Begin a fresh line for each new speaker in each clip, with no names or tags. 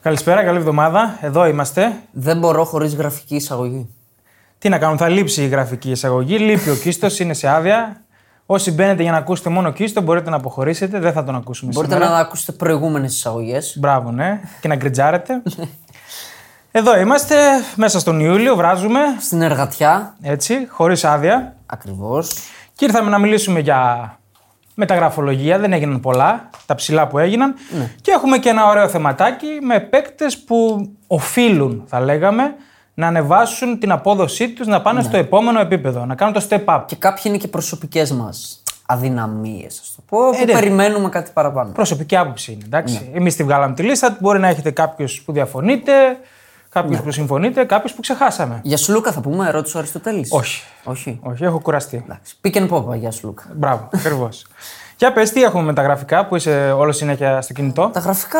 Καλησπέρα, καλή εβδομάδα. Εδώ είμαστε.
Δεν μπορώ χωρίς γραφική εισαγωγή.
Τι να κάνουμε, θα λείψει η γραφική εισαγωγή. Λείπει ο κίστος, είναι σε άδεια. Όσοι μπαίνετε για να ακούσετε μόνο κίστο, μπορείτε να αποχωρήσετε. Δεν θα τον ακούσουμε
Μπορείτε
σήμερα.
να ακούσετε προηγούμενες εισαγωγές.
Μπράβο, ναι. Και να γκριτζάρετε. Εδώ είμαστε, μέσα στον Ιούλιο, βράζουμε.
Στην εργατιά.
Έτσι, χωρίς άδεια.
Ακριβώς.
Και ήρθαμε να μιλήσουμε για μεταγραφολογία. Δεν έγιναν πολλά, τα ψηλά που έγιναν.
Ναι.
Και έχουμε και ένα ωραίο θεματάκι με παίκτες που οφείλουν, θα λέγαμε, να ανεβάσουν την απόδοσή τους, να πάνε
Ναι.
στο επόμενο επίπεδο, να κάνουν το step up.
Και κάποιοι είναι και προσωπικές μας αδυναμίες, ας το πω, που
ναι.
περιμένουμε κάτι παραπάνω.
Προσωπική άποψη είναι, εντάξει.
Ναι.
Εμείς τη βγάλαμε τη λίστα. Μπορεί να έχετε κάποιου που διαφωνείτε, κάποιου
Ναι.
που συμφωνείτε, κάποιου που ξεχάσαμε.
Για Σλούκα θα πούμε, ρώτησε ο Αριστοτέλης.
Όχι.
Όχι.
Όχι, έχω κουραστεί.
Εντάξει. Pick and pop για Σλούκα.
Μπράβο, ακριβώς. Για πες, τι έχουμε με τα γραφικά που είσαι όλο συνέχεια στο κινητό.
Τα γραφικά,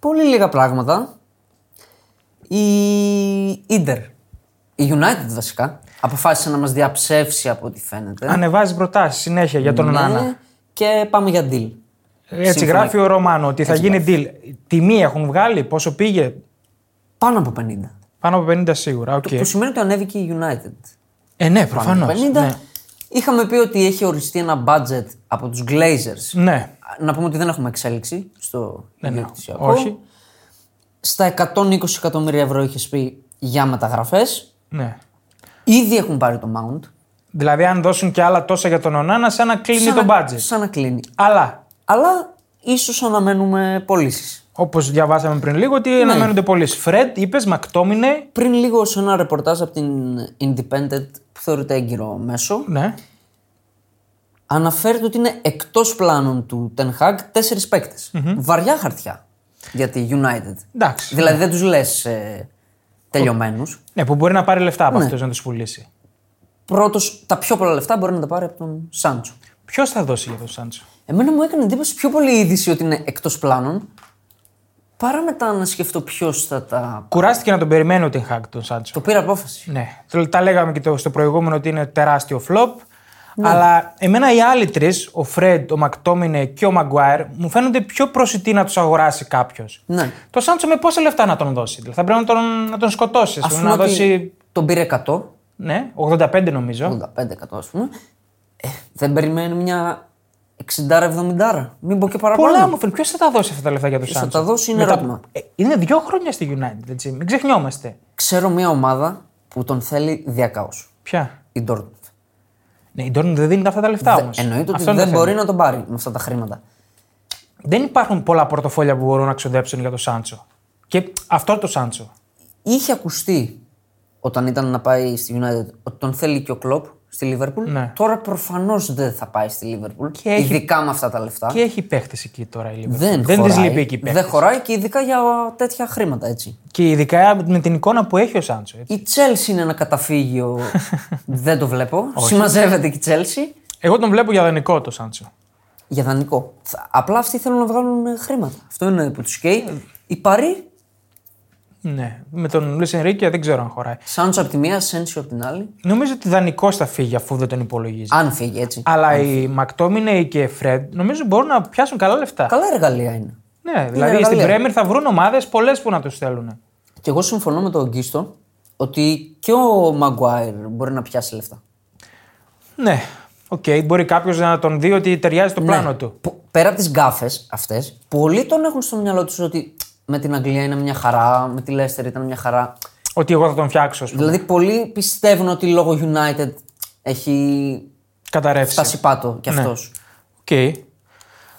πολύ λίγα πράγματα. Η Ιντερ. Η United βασικά. Αποφάσισε να μας διαψεύσει από ό,τι φαίνεται.
Ανεβάζει προτάσεις συνέχεια για τον
Ναι.
Νάνα.
Και πάμε για deal.
Έτσι
Σύμφωνα.
γράφει ο Ρωμάνο ότι θα γίνει deal. Τιμή έχουν βγάλει, πόσο πήγε,
Πάνω από 50.
πάνω από 50 σίγουρα. οκ.
Που σημαίνει ότι ανέβηκε η United.
Ε, ναι, προφανώς.
50.
Ναι.
Είχαμε πει ότι έχει οριστεί ένα budget από τους Glazers.
ναι,
Να πούμε ότι δεν έχουμε εξέλιξη στο ιδιοκτησιακό.
όχι.
Στα 120 εκατομμύρια ευρώ είχες πει για μεταγραφές.
Ναι.
Ήδη έχουν πάρει το Mount.
Δηλαδή, αν δώσουν και άλλα τόσα για τον Ονάνα, σαν να κλείνει το
να-
budget.
σαν να κλείνει.
Αλλά,
Αλλά ίσως αναμένουμε πωλήσεις.
όπως διαβάσαμε πριν λίγο, ότι αναμένονται πολλές. Φρεντ, είπες, Μακτόμινε.
Πριν λίγο σε ένα ρεπορτάζ από την Independent που θεωρείται έγκυρο μέσο,
Ναι.
αναφέρεται ότι είναι εκτός πλάνων του Ten Hag τέσσερις Βαριά χαρτιά για τη United.
Εντάξει.
Δηλαδή δεν τους λες ε, τελειωμένους.
Ναι, που μπορεί να πάρει λεφτά από αυτούς να τους πουλήσει.
Πρώτος, τα πιο πολλά λεφτά μπορεί να τα πάρει από τον Σάντσο.
Ποιος θα δώσει για τον Σάντσο.
Εμένα μου έκανε εντύπωση πιο πολύ η είδηση ότι είναι εκτός πλάνων, παρά μετά να σκεφτώ ποιος θα τα.
Κουράστηκε να τον περιμένει ο Τενχάκ τον Σάντσο.
Το πήρε απόφαση.
Ναι. Το- Τα λέγαμε και το, στο προηγούμενο ότι είναι τεράστιο φλοπ.
Ναι.
Αλλά εμένα οι άλλοι τρεις, ο Φρεντ, ο Μακτόμινε και ο Μαγκουάιρ, μου φαίνονται πιο προσιτοί να τους αγοράσει κάποιος.
Ναι.
Το Σάντσο με πόσα λεφτά να τον δώσει. Δηλαδή θα πρέπει να τον, να τον σκοτώσει.
Ας πούμε
Να
ότι
δώσει.
Τον πήρε 100,
Ναι, 85 νομίζω.
85% ας πούμε. Ε, δεν περιμένει μια 60-70. Μην πω και παραπάνω.
Πολλά μου φαίνεται. Ποιος θα τα δώσει αυτά τα λεφτά για τον
θα
Σάντσο.
τα δώσει είναι ερώτημα.
Ε, είναι δύο χρόνια στη United, έτσι. Μην ξεχνιόμαστε.
Ξέρω μια ομάδα που τον θέλει διακάω.
Ποια.
Η Dortmund.
Ναι, η Dortmund δεν δίνει αυτά τα λεφτά όμως.
Εννοείται ότι δεν μπορεί να τον πάρει με αυτά τα χρήματα.
Δεν υπάρχουν πολλά πορτοφόλια που μπορούν να ξοδέψουν για τον Σάντσο. Και αυτό το Σάντσο.
Είχε ακουστεί όταν ήταν να πάει στη United ότι τον θέλει και ο Κλοπ στη Λίβερπουλ.
Ναι.
Τώρα προφανώς δεν θα πάει στη Λίβερπουλ.
Και έχει-
Ειδικά με αυτά τα λεφτά.
Και έχει παίχτες εκεί τώρα η Λίβερπουλ.
Δεν,
δεν
χωράει.
τη λείπει εκεί παίχτη.
Δεν χωράει και ειδικά για τέτοια χρήματα έτσι.
Και ειδικά με την εικόνα που έχει ο Σάντσο. έτσι.
Η Chelsea είναι ένα καταφύγιο. δεν το βλέπω. Συμμαζεύεται και η Chelsea.
Εγώ τον βλέπω για δανεικό το Σάντσο.
Για δανεικό. Θα- Απλά αυτοί θέλουν να βγάλουν ε, χρήματα. Αυτό είναι που τους
Ε,
καίει. Η Παρή,
Ναι. Με τον Λουίς Ενρίκε δεν ξέρω αν χωράει.
Σάντσο από τη μία, Σένσιο από την άλλη.
Νομίζω ότι δανεικό θα φύγει αφού δεν τον υπολογίζει.
Αν φύγει έτσι.
Αλλά οι Μακτόμινεϊ και Φρεντ νομίζω μπορούν να πιάσουν καλά λεφτά.
Καλά εργαλεία είναι.
Ναι, δηλαδή
εργαλεία.
στην Πρέμερ θα βρουν ομάδες πολλές που να τους θέλουν.
Και εγώ συμφωνώ με τον Γκίστο ότι και ο Μαγκουάιρ μπορεί να πιάσει λεφτά.
Ναι. Οκ, μπορεί κάποιος να τον δει ότι ταιριάζει
Ναι.
το πλάνο του.
Που- Πέρα από τις γκάφες αυτές, πολλοί τον έχουν στο μυαλό τους ότι «Τσκ, με την Αγγλία είναι μια χαρά, με τη Λέστερ ήταν μια χαρά.
Ότι εγώ θα τον φτιάξω, ας πούμε.
Δηλαδή, πολλοί πιστεύουν ότι λόγω United έχει
Καταρρεύσει.
φτάσει πάτο
Ναι.
κι αυτό.
Οκ.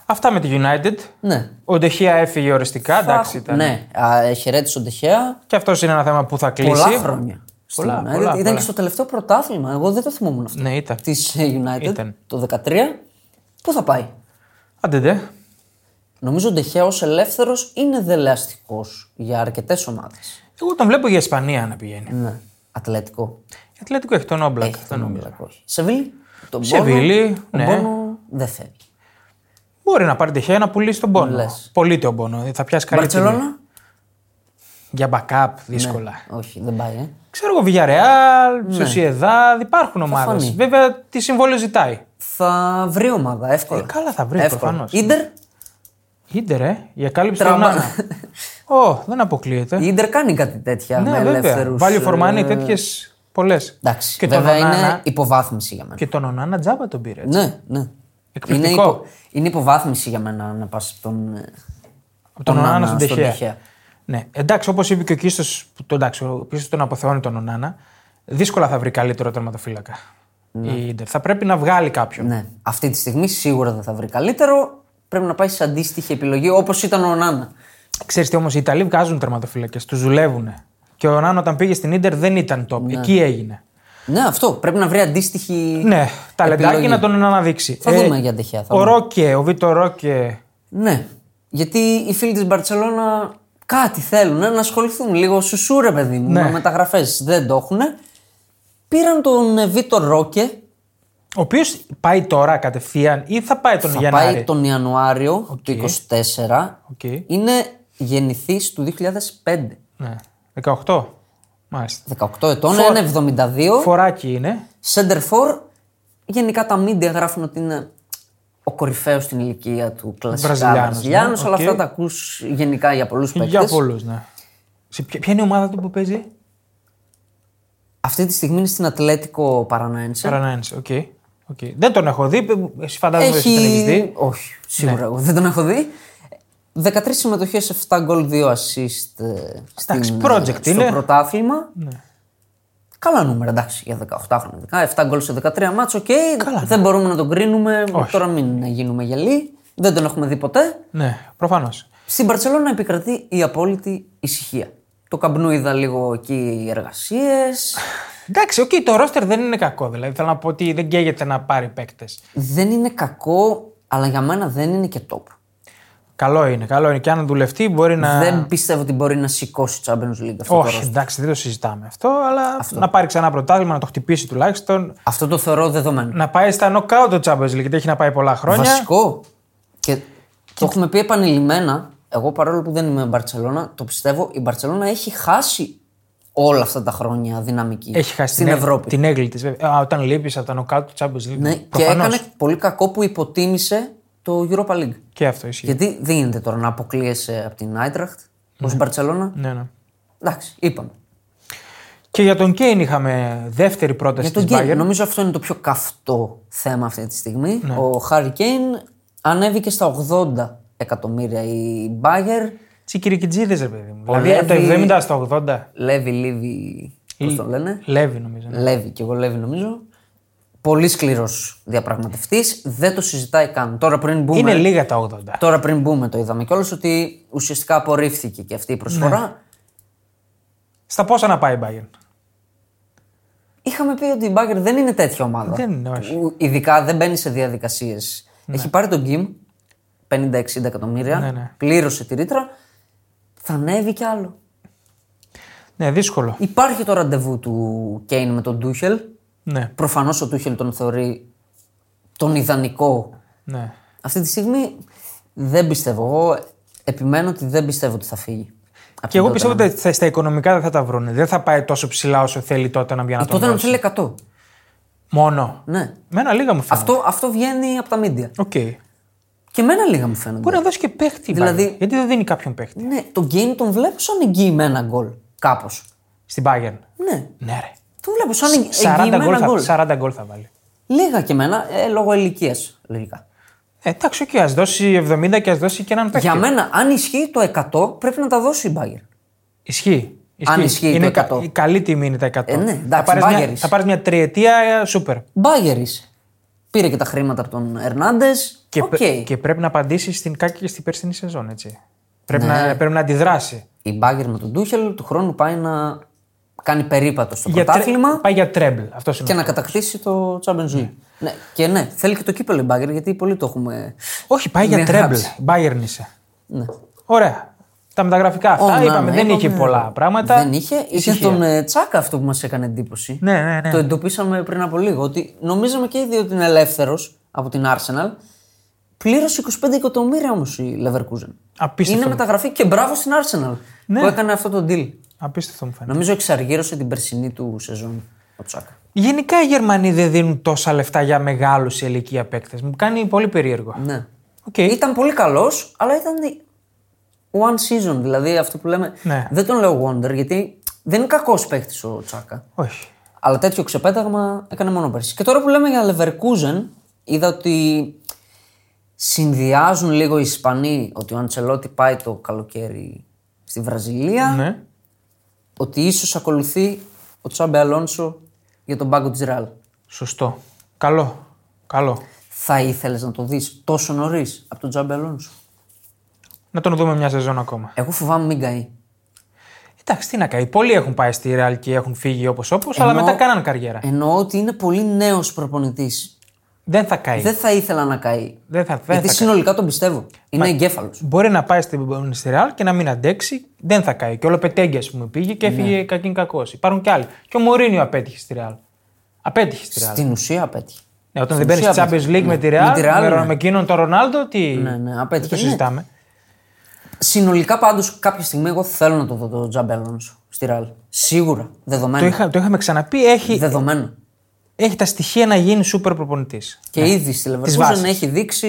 Αυτά με τη United.
Ναι.
Ο Ντεχεία έφυγε οριστικά. Εντάξει, ήταν.
Ναι, α, ε, χαιρέτησε ο Ντεχέα
Και αυτός είναι ένα θέμα που θα κλείσει.
πολλά χρόνια. στην
Πολλά,
United.
πολλά,
ήταν
πολλά.
και στο τελευταίο πρωτάθλημα. Εγώ δεν το θυμόμουν αυτό.
Ναι, ήταν.
Της ε, United
Ήταν.
το 13. Πού θα πάει.
Άντε, ντε.
Νομίζω ο Ντεχέα ως ελεύθερος είναι δελεαστικός για αρκετές ομάδες.
Εγώ τον βλέπω για Ισπανία να πηγαίνει.
Ναι. Ατλέτικο.
Η Ατλέτικο έχει τον Όμπλακ.
Έχει τον Όμπλακ, όχι. Σεβίλη. Τον
Σεβίλη,
Μπόνο,
ναι.
Τον Μπόνο δεν φεύγει.
Μπορεί να πάρει τυχαία να πουλήσει τον πόνο.
Λες.
Πολύ τον πόνο. Θα πιάσει καλή τιμή.
Μπαρσελόνα. Ναι.
Για backup δύσκολα.
Όχι, δεν πάει. Ε.
Ξέρω εγώ, Villarreal, Sociedad, υπάρχουν ομάδε.
Ναι. φανεί.
Βέβαια, τι συμβόλαιο ζητάει.
Θα βρει ομάδα
Ε,
εύκολα.
καλά, θα βρει, προφανώς.
Ίντερ.
Ίντερ, ε, για κάλυψη του
Τραμπά.
Νάνα. Ω, δεν αποκλείεται.
Η Ιντερ κάνει κάτι τέτοια
Ναι,
με
βέβαια.
ελεύθερους.
Value for money, τέτοιες πολλές.
ε. Εντάξει.
Και τον
βέβαια είναι
Ονάνα,
υποβάθμιση για μένα.
και τον Ονάνα τζάμπα τον πήρε. έτσι.
Ναι, ναι. Είναι,
Εκπληκτικό.
είναι υποβάθμιση για μένα να πας τον. ε,
Από τον
Ονάνα
Ονάνα στον
στον
Τεχέα.
Τεχέα.
Ναι. Εντάξει, όπως είπε και ο Κίστος, εντάξει, ο Κίστος τον αποθεώνει τον Ονάνα, δύσκολα θα βρει καλύτερο τερματοφύλακα. Η Ιντερ. Θα πρέπει να βγάλει κάποιον.
Ναι. Αυτή τη στιγμή σίγουρα δεν θα βρει καλύτερο. Πρέπει να πάει σε αντίστοιχη επιλογή όπως ήταν ο Νάνα.
Ξέρεις τι όμως, οι Ιταλοί βγάζουν τερματοφύλακες, τους δουλεύουν. Και ο Νάνο όταν πήγε στην ντερ δεν ήταν top. Εκεί έγινε.
Ναι, αυτό. Πρέπει να βρει αντίστοιχη.
Ναι, ταλεντάκι
Επιλογή.
να τον αναδείξει. Ε,
Θα δούμε για Ντεχέα, θα
Ο
δούμε.
Ρόκε, ο Βίτο Ρόκε.
Ναι. Γιατί οι φίλοι της Μπαρσελόνα κάτι θέλουν να ασχοληθούν λίγο σουσούρε, παιδί
Ναι.
μου, με μεταγραφές. Δεν το έχουν. Πήραν τον Βίτο Ρόκε.
Ο οποίος πάει τώρα κατευθείαν ή θα πάει τον
Θα
Γενάρη.
πάει τον Ιανουάριο του 24.
Οκ.
Είναι γεννηθής του 2005.
Ναι. 18. Μάλιστα.
18 ετών,
Φορ-
1,72.
Φοράκι είναι.
Center for. Γενικά τα media γράφουν ότι είναι ο κορυφαίος στην ηλικία του κλασικά
Βραζιλιάνος,
Βραζιλιάνος,
ναι,
αλλά
οκ.
αυτά τα ακούς γενικά για πολλούς
Για
παίκτες.
πολλούς, ναι. Σε ποια, ποια είναι η ομάδα του που παίζει,
Αυτή τη στιγμή είναι στην Ατλέτικο Παρανάενσε.
Παρανάινς. Οκ. Οκ. Δεν τον έχω δει. Εσύ φαντάζομαι ότι τον έχεις δει. Ναι.
Έχει. Όχι, σίγουρα εγώ δεν τον έχω δει. 13 συμμετοχέ, 7 γκολ, 2 assist ε, στην,
Εντάξει,
ε,
project
στο
είναι. Ναι.
πρωτάθλημα. Καλά νούμερα, εντάξει, για 18 χρόνια. 7 γκολ σε 13 μάτσο, οκ. δεν μπορούμε να τον κρίνουμε. Τώρα μην γίνουμε γελοί. Δεν τον έχουμε δει ποτέ.
Ναι, προφανώς.
Στην Παρσελόνα επικρατεί η απόλυτη ησυχία. Το καπνού είδα λίγο εκεί οι εργασίες.
Εντάξει, οκ, το ρόστερ δεν είναι κακό. Δηλαδή, θέλω να πω ότι δεν καίγεται να πάρει παίκτες.
δεν είναι κακό, αλλά για μένα δεν είναι και top.
Καλό είναι, καλό είναι. Και αν δουλευτεί, μπορεί να.
Δεν πιστεύω ότι μπορεί να σηκώσει Champions League αυτό το
Όχι,
roster.
εντάξει, δεν το συζητάμε αυτό, αλλά να πάρει ξανά πρωτάθλημα, να το χτυπήσει τουλάχιστον.
Αυτό το θεωρώ δεδομένο.
Να πάει στα νοκάου το Champions League, γιατί έχει να πάει πολλά χρόνια.
Βασικό. Και, το έχουμε πει επανειλημμένα. Εγώ παρόλο που δεν είμαι Μπαρσελόνα, το πιστεύω η Μπαρσελόνα έχει χάσει όλα αυτά τα χρόνια δυναμική
Έχει χάσει ναι.
στην
την, έγ-
Ευρώπη.
Την έγκλη τη, βέβαια. Α, όταν λείπεις από τα νοκάου του Champions League.
Ναι, και
προφανώς.
έκανε πολύ κακό που υποτίμησε το Europa League.
Και αυτό ισχύει.
Γιατί δεν γίνεται τώρα να αποκλείεσαι από την Άιτραχτ ω Μπαρσελόνα.
Ναι, ναι.
Εντάξει, είπαμε.
Και για τον Κέιν είχαμε δεύτερη πρόταση
Για τον
της
Κέιν,
Bayern. Ναι.
νομίζω αυτό είναι το πιο καυτό θέμα αυτή τη στιγμή. Ο Χάρι Κέιν ανέβηκε στα 80 εκατομμύρια η Μπάγκερ.
Τι κυρικιτζίδε, ρε παιδί μου. Δηλαδή,
Λέβι-
από το 70 στο 80.
Λέβι, Λίβι, πώς τον λένε.
Λέβη, νομίζω. ναι.
Λέβι, και εγώ Λέβι νομίζω. Πολύ σκληρός διαπραγματευτής. Δεν το συζητάει καν. Τώρα πριν μπούμε,
Είναι λίγα τα 80.
τώρα πριν μπούμε το είδαμε κιόλας ότι ουσιαστικά απορρίφθηκε και αυτή η προσφορά.
Ναι. Στα πόσα να πάει η Bayern.
Είχαμε πει ότι η Μπάγκερ δεν είναι τέτοια ομάδα.
Δεν είναι, όχι.
Που Ειδικά δεν μπαίνει σε διαδικασίες. Έχει πάρει τον Γκιμ 50-60 εκατομμύρια.
Ναι, ναι.
Πλήρωσε τη ρήτρα. Θα ανέβει κι άλλο.
Ναι, δύσκολο.
Υπάρχει το ραντεβού του Κέιν με τον Ντούχελ.
Ναι,
Προφανώς ο Ντούχελ τον θεωρεί τον ιδανικό.
ναι.
Αυτή τη στιγμή δεν πιστεύω. Εγώ επιμένω ότι δεν πιστεύω ότι θα φύγει. Από
Και εγώ πιστεύω ότι στα- στα οικονομικά δεν θα τα βρουν. Δεν θα πάει τόσο ψηλά όσο θέλει τότε να για να τον
Τότε να
δώσει.
θέλει 100.
Μόνο.
Ναι.
Μένα λίγα μου φαίνεται.
Αυτό, αυτό βγαίνει από τα μίντια.
Οκ.
Και μένα λίγα μου φαίνονται.
Μπορεί να δώσει και παίχτη. Δηλαδή...
Δηλαδή-
Γιατί δεν δίνει κάποιον παίχτη
Ναι, τον Γκέιν τον βλέπω σαν εγγυημένα γκολ. Κάπως.
στην Bayern.
Ναι.
Ναι, ρε.
Τον βλέπω σαν εγγυ-
40 γκολ
εγγυημένα γκολ.
θα, 40 γκολ θα βάλει.
Λίγα και εμένα, ε, λόγω ηλικίας. Λογικά.
Ε, εντάξει, οκ, ας δώσει 70 και ας δώσει και έναν παίχτη.
Για μένα, αν ισχύει το 100, πρέπει να τα δώσει η Μπάγκερ.
Ισχύει.
Αν ισχύει
είναι
το
κα-
100.
η καλή τιμή είναι τα 100.
Ε, ναι,
θα,
εντάξει,
πάρεις μια,
Bayern
θα πάρεις μια τριετία ε, σούπερ.
Μπάγκερ είσαι. Πήρε και τα χρήματα από τον Ερνάντες.
Και,
Οκ.
πε- και πρέπει να απαντήσει στην κάκη και στην περσινή σεζόν, έτσι. Πρέπει,
Ναι.
να, πρέπει να αντιδράσει.
Η Μπάγκερ με τον Ντούχελ του χρόνου πάει να κάνει περίπατο στο
Για τρε-
πρωτάθλημα
Πάει για τρέμπλ. Αυτό είναι.
και να κατακτήσει το Champions League. Ναι. Και ναι, θέλει και το κύπελο η Μπάγκερ γιατί πολύ το έχουμε.
Όχι, πάει για
Ναι,
τρέμπλ.
γράψε.
Bayern είσαι.
Ναι.
Ωραία. Τα μεταγραφικά αυτά
Ονάνα,
είπαμε, δεν είχε
είπαμε.
πολλά πράγματα.
Δεν είχε. Είχε
Ησυχία.
τον ε, Τσάκα αυτό που μας έκανε εντύπωση.
Ναι, ναι, ναι.
Το εντοπίσαμε πριν από λίγο. Ότι νομίζαμε και ήδη ότι είναι ελεύθερος από την Arsenal. Πλήρωσε 25 εκατομμύρια όμως η Leverkusen.
Απίστευτο.
Είναι μεταγραφή και μπράβο στην Arsenal
Ναι.
που έκανε αυτό το deal.
Απίστευτο μου φαίνεται.
Νομίζω εξαργύρωσε την περσινή του σεζόν ο Τσάκα.
Γενικά οι Γερμανοί δεν δίνουν τόσα λεφτά για μεγάλους σε ηλικία παίκτες. Μου κάνει πολύ περίεργο.
Ναι.
Οκ.
Ήταν πολύ καλός, αλλά ήταν one season. Δηλαδή αυτό που λέμε.
Ναι.
Δεν τον λέω Wonder γιατί δεν είναι κακός παίχτη ο Τσάκα.
Όχι.
Αλλά τέτοιο ξεπέταγμα έκανε μόνο πέρσι. Και τώρα που λέμε για Leverkusen, είδα ότι συνδυάζουν λίγο οι Ισπανοί ότι ο Αντσελότη πάει το καλοκαίρι στη Βραζιλία,
Ναι.
ότι ίσως ακολουθεί ο Τσάμπε Αλόνσο για τον πάγκο της Ρεάλ.
Σωστό. Καλό. Καλό.
Θα ήθελες να το δεις τόσο νωρίς από τον Τσάμπε Αλόνσο.
Να τον δούμε μια σεζόν ακόμα.
Εγώ φοβάμαι μην καεί.
Εντάξει, τι να κάνει. Πολλοί έχουν πάει στη Ρεάλ και έχουν φύγει όπως όπως, αλλά
Εννοώ-
μετά κάναν καριέρα.
Εννοώ ότι είναι πολύ νέος προπονητής.
Δεν θα καεί.
Δεν θα ήθελα να καεί.
Δεν θα, δεν
Γιατί
Ε. θα καεί.
συνολικά τον πιστεύω. Είναι εγκέφαλος.
Μπορεί να πάει στην στη Ρεάλ και να μην αντέξει, δεν θα καεί. Και ο Λοπετέγκη, ας πούμε, πήγε
Ναι.
και έφυγε κακήν κακός. Υπάρχουν και άλλοι. Και ο Μωρίνιο απέτυχε στη Ρεάλ. Απέτυχε στη Ρεάλ.
Στην ουσία απέτυχε.
Ναι, όταν δεν
στην
παίρνει τη
ουσία
Champions League με τη
Με τη Real,
Ρεάλ, με,
ναι.
με εκείνον τον Ρονάλντο, τι.
Ναι, ναι, απέτυχε,
Δεν Το
ναι.
συζητάμε.
Συνολικά πάντως κάποια στιγμή εγώ θέλω να το δω το Τζαμπ Αλόνσο στη Ραλ. Σίγουρα. Δεδομένο.
Το, είχα, το είχαμε ξαναπεί. Έχει,
Δεδομένο.
έχει τα στοιχεία να γίνει σούπερ προπονητής.
Και ήδη στη Leverkusen
βάσεις.
έχει δείξει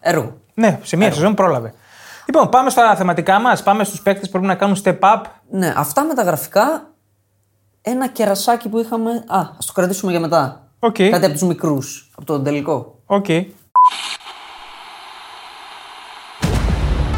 έργο.
Ναι, σε μία σεζόν πρόλαβε. Λοιπόν, πάμε στα θεματικά μας. Πάμε στους παίκτες που πρέπει να κάνουν step up.
Ναι, αυτά με τα γραφικά. Ένα κερασάκι που είχαμε. Α, ας το κρατήσουμε για μετά.
Οκ.
Κάτι από τους μικρούς. Από τον τελικό.
Οκ.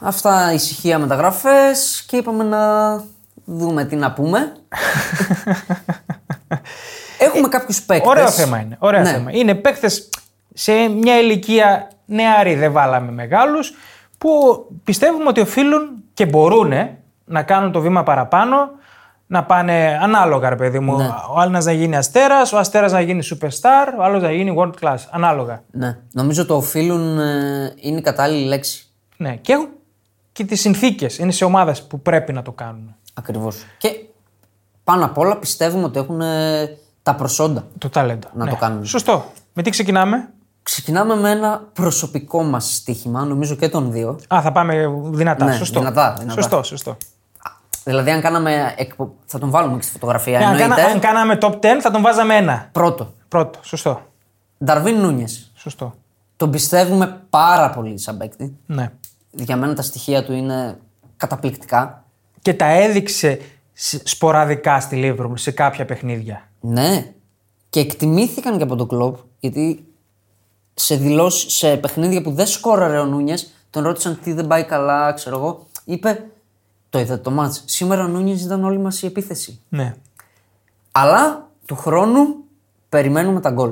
αυτά ησυχία μεταγραφέ και είπαμε να δούμε τι να πούμε. Έχουμε κάποιους παίκτες.
Ωραίο θέμα είναι. Ωραίο
Ναι.
θέμα. Είναι παίκτες σε μια ηλικία νεαρή, δεν βάλαμε μεγάλους, που πιστεύουμε ότι οφείλουν και μπορούν να κάνουν το βήμα παραπάνω, να πάνε ανάλογα, ρε παιδί μου. Ο άλλος να γίνει αστέρας, ο αστέρας να γίνει superstar, ο άλλος να γίνει world class. Ανάλογα.
Ναι. Νομίζω το οφείλουν ε, είναι η κατάλληλη λέξη.
Ναι. Και έχουν και τις συνθήκες. Είναι σε ομάδες που πρέπει να το κάνουν.
Ακριβώς. Και πάνω απ' όλα πιστεύουμε ότι έχουν ε, τα προσόντα.
Το ταλέντο. Ναι.
Να το κάνουν.
Σωστό. Με τι ξεκινάμε.
Ξεκινάμε με ένα προσωπικό μας στοίχημα, νομίζω και των δύο.
Α, θα πάμε δυνατά.
Ναι,
σωστό.
δυνατά, δυνατά.
Σωστό, σωστό.
Δηλαδή, αν κάναμε. εκπο- Θα τον βάλουμε και στη φωτογραφία.
Ναι, αν,
εννοείται.
κάνα- αν κάναμε top 10 θα τον βάζαμε ένα.
Πρώτο.
Πρώτο. Σωστό.
Νταρβίν Νούνιες.
Σωστό.
Τον πιστεύουμε πάρα πολύ σαν παίκτη.
Ναι.
Για μένα τα στοιχεία του είναι καταπληκτικά.
Και τα έδειξε σ- σποραδικά στη Λίβρουλ σε κάποια παιχνίδια.
Ναι. Και εκτιμήθηκαν και από τον κλοπ, γιατί σε δηλώσεις, σε παιχνίδια που δεν σκόραρε ο Νούνιες, τον ρώτησαν τι δεν πάει καλά, ξέρω εγώ. Είπε, το είδα το μάτς. Σήμερα ο Νούνιες ήταν όλη μας η επίθεση.
Ναι.
Αλλά του χρόνου περιμένουμε τα γκολ.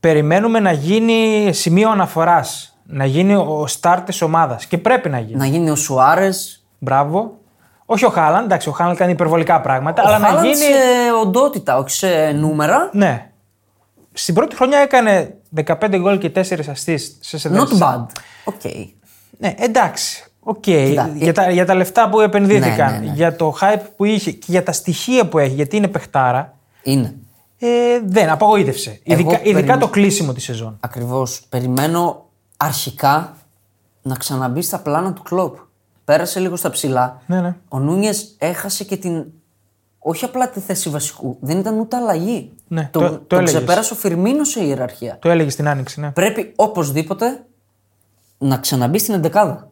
Περιμένουμε να γίνει σημείο αναφοράς. Να γίνει ο στάρ της ομάδας. Και πρέπει να γίνει.
Να γίνει ο Σουάρες.
Μπράβο. Όχι ο Χάλαν, εντάξει, ο Χάλαν κάνει υπερβολικά πράγματα, αλλά να γίνει.
σε οντότητα, όχι σε νούμερα.
Ναι. Στην πρώτη χρονιά έκανε 15 γκολ και 4 ασθείς σε
Not
σεδέσεις.
bad. Οκ.
Ναι, εντάξει. Οκ.
Κοίτα,
Για, τα, για τα λεφτά που επενδύθηκαν,
Ναι, ναι, ναι.
για το hype που είχε και για τα στοιχεία που έχει, γιατί είναι παιχτάρα,
Είναι.
ε, δεν, απογοήτευσε. Ειδικά,
περίμενα.
ειδικά το κλείσιμο της σεζόν.
Ακριβώς. Περιμένω αρχικά να ξαναμπεί στα πλάνα του κλοπ. Πέρασε λίγο στα ψηλά.
Ναι, ναι.
Ο Νούνιες έχασε και την. Όχι απλά τη θέση βασικού, δεν ήταν ούτε αλλαγή.
Ναι,
τον,
το- το
τον
έλεγες.
ξεπέρασε ο Φιρμίνος σε ιεραρχία.
Το έλεγες στην άνοιξη, ναι.
Πρέπει οπωσδήποτε να ξαναμπεί στην εντεκάδα.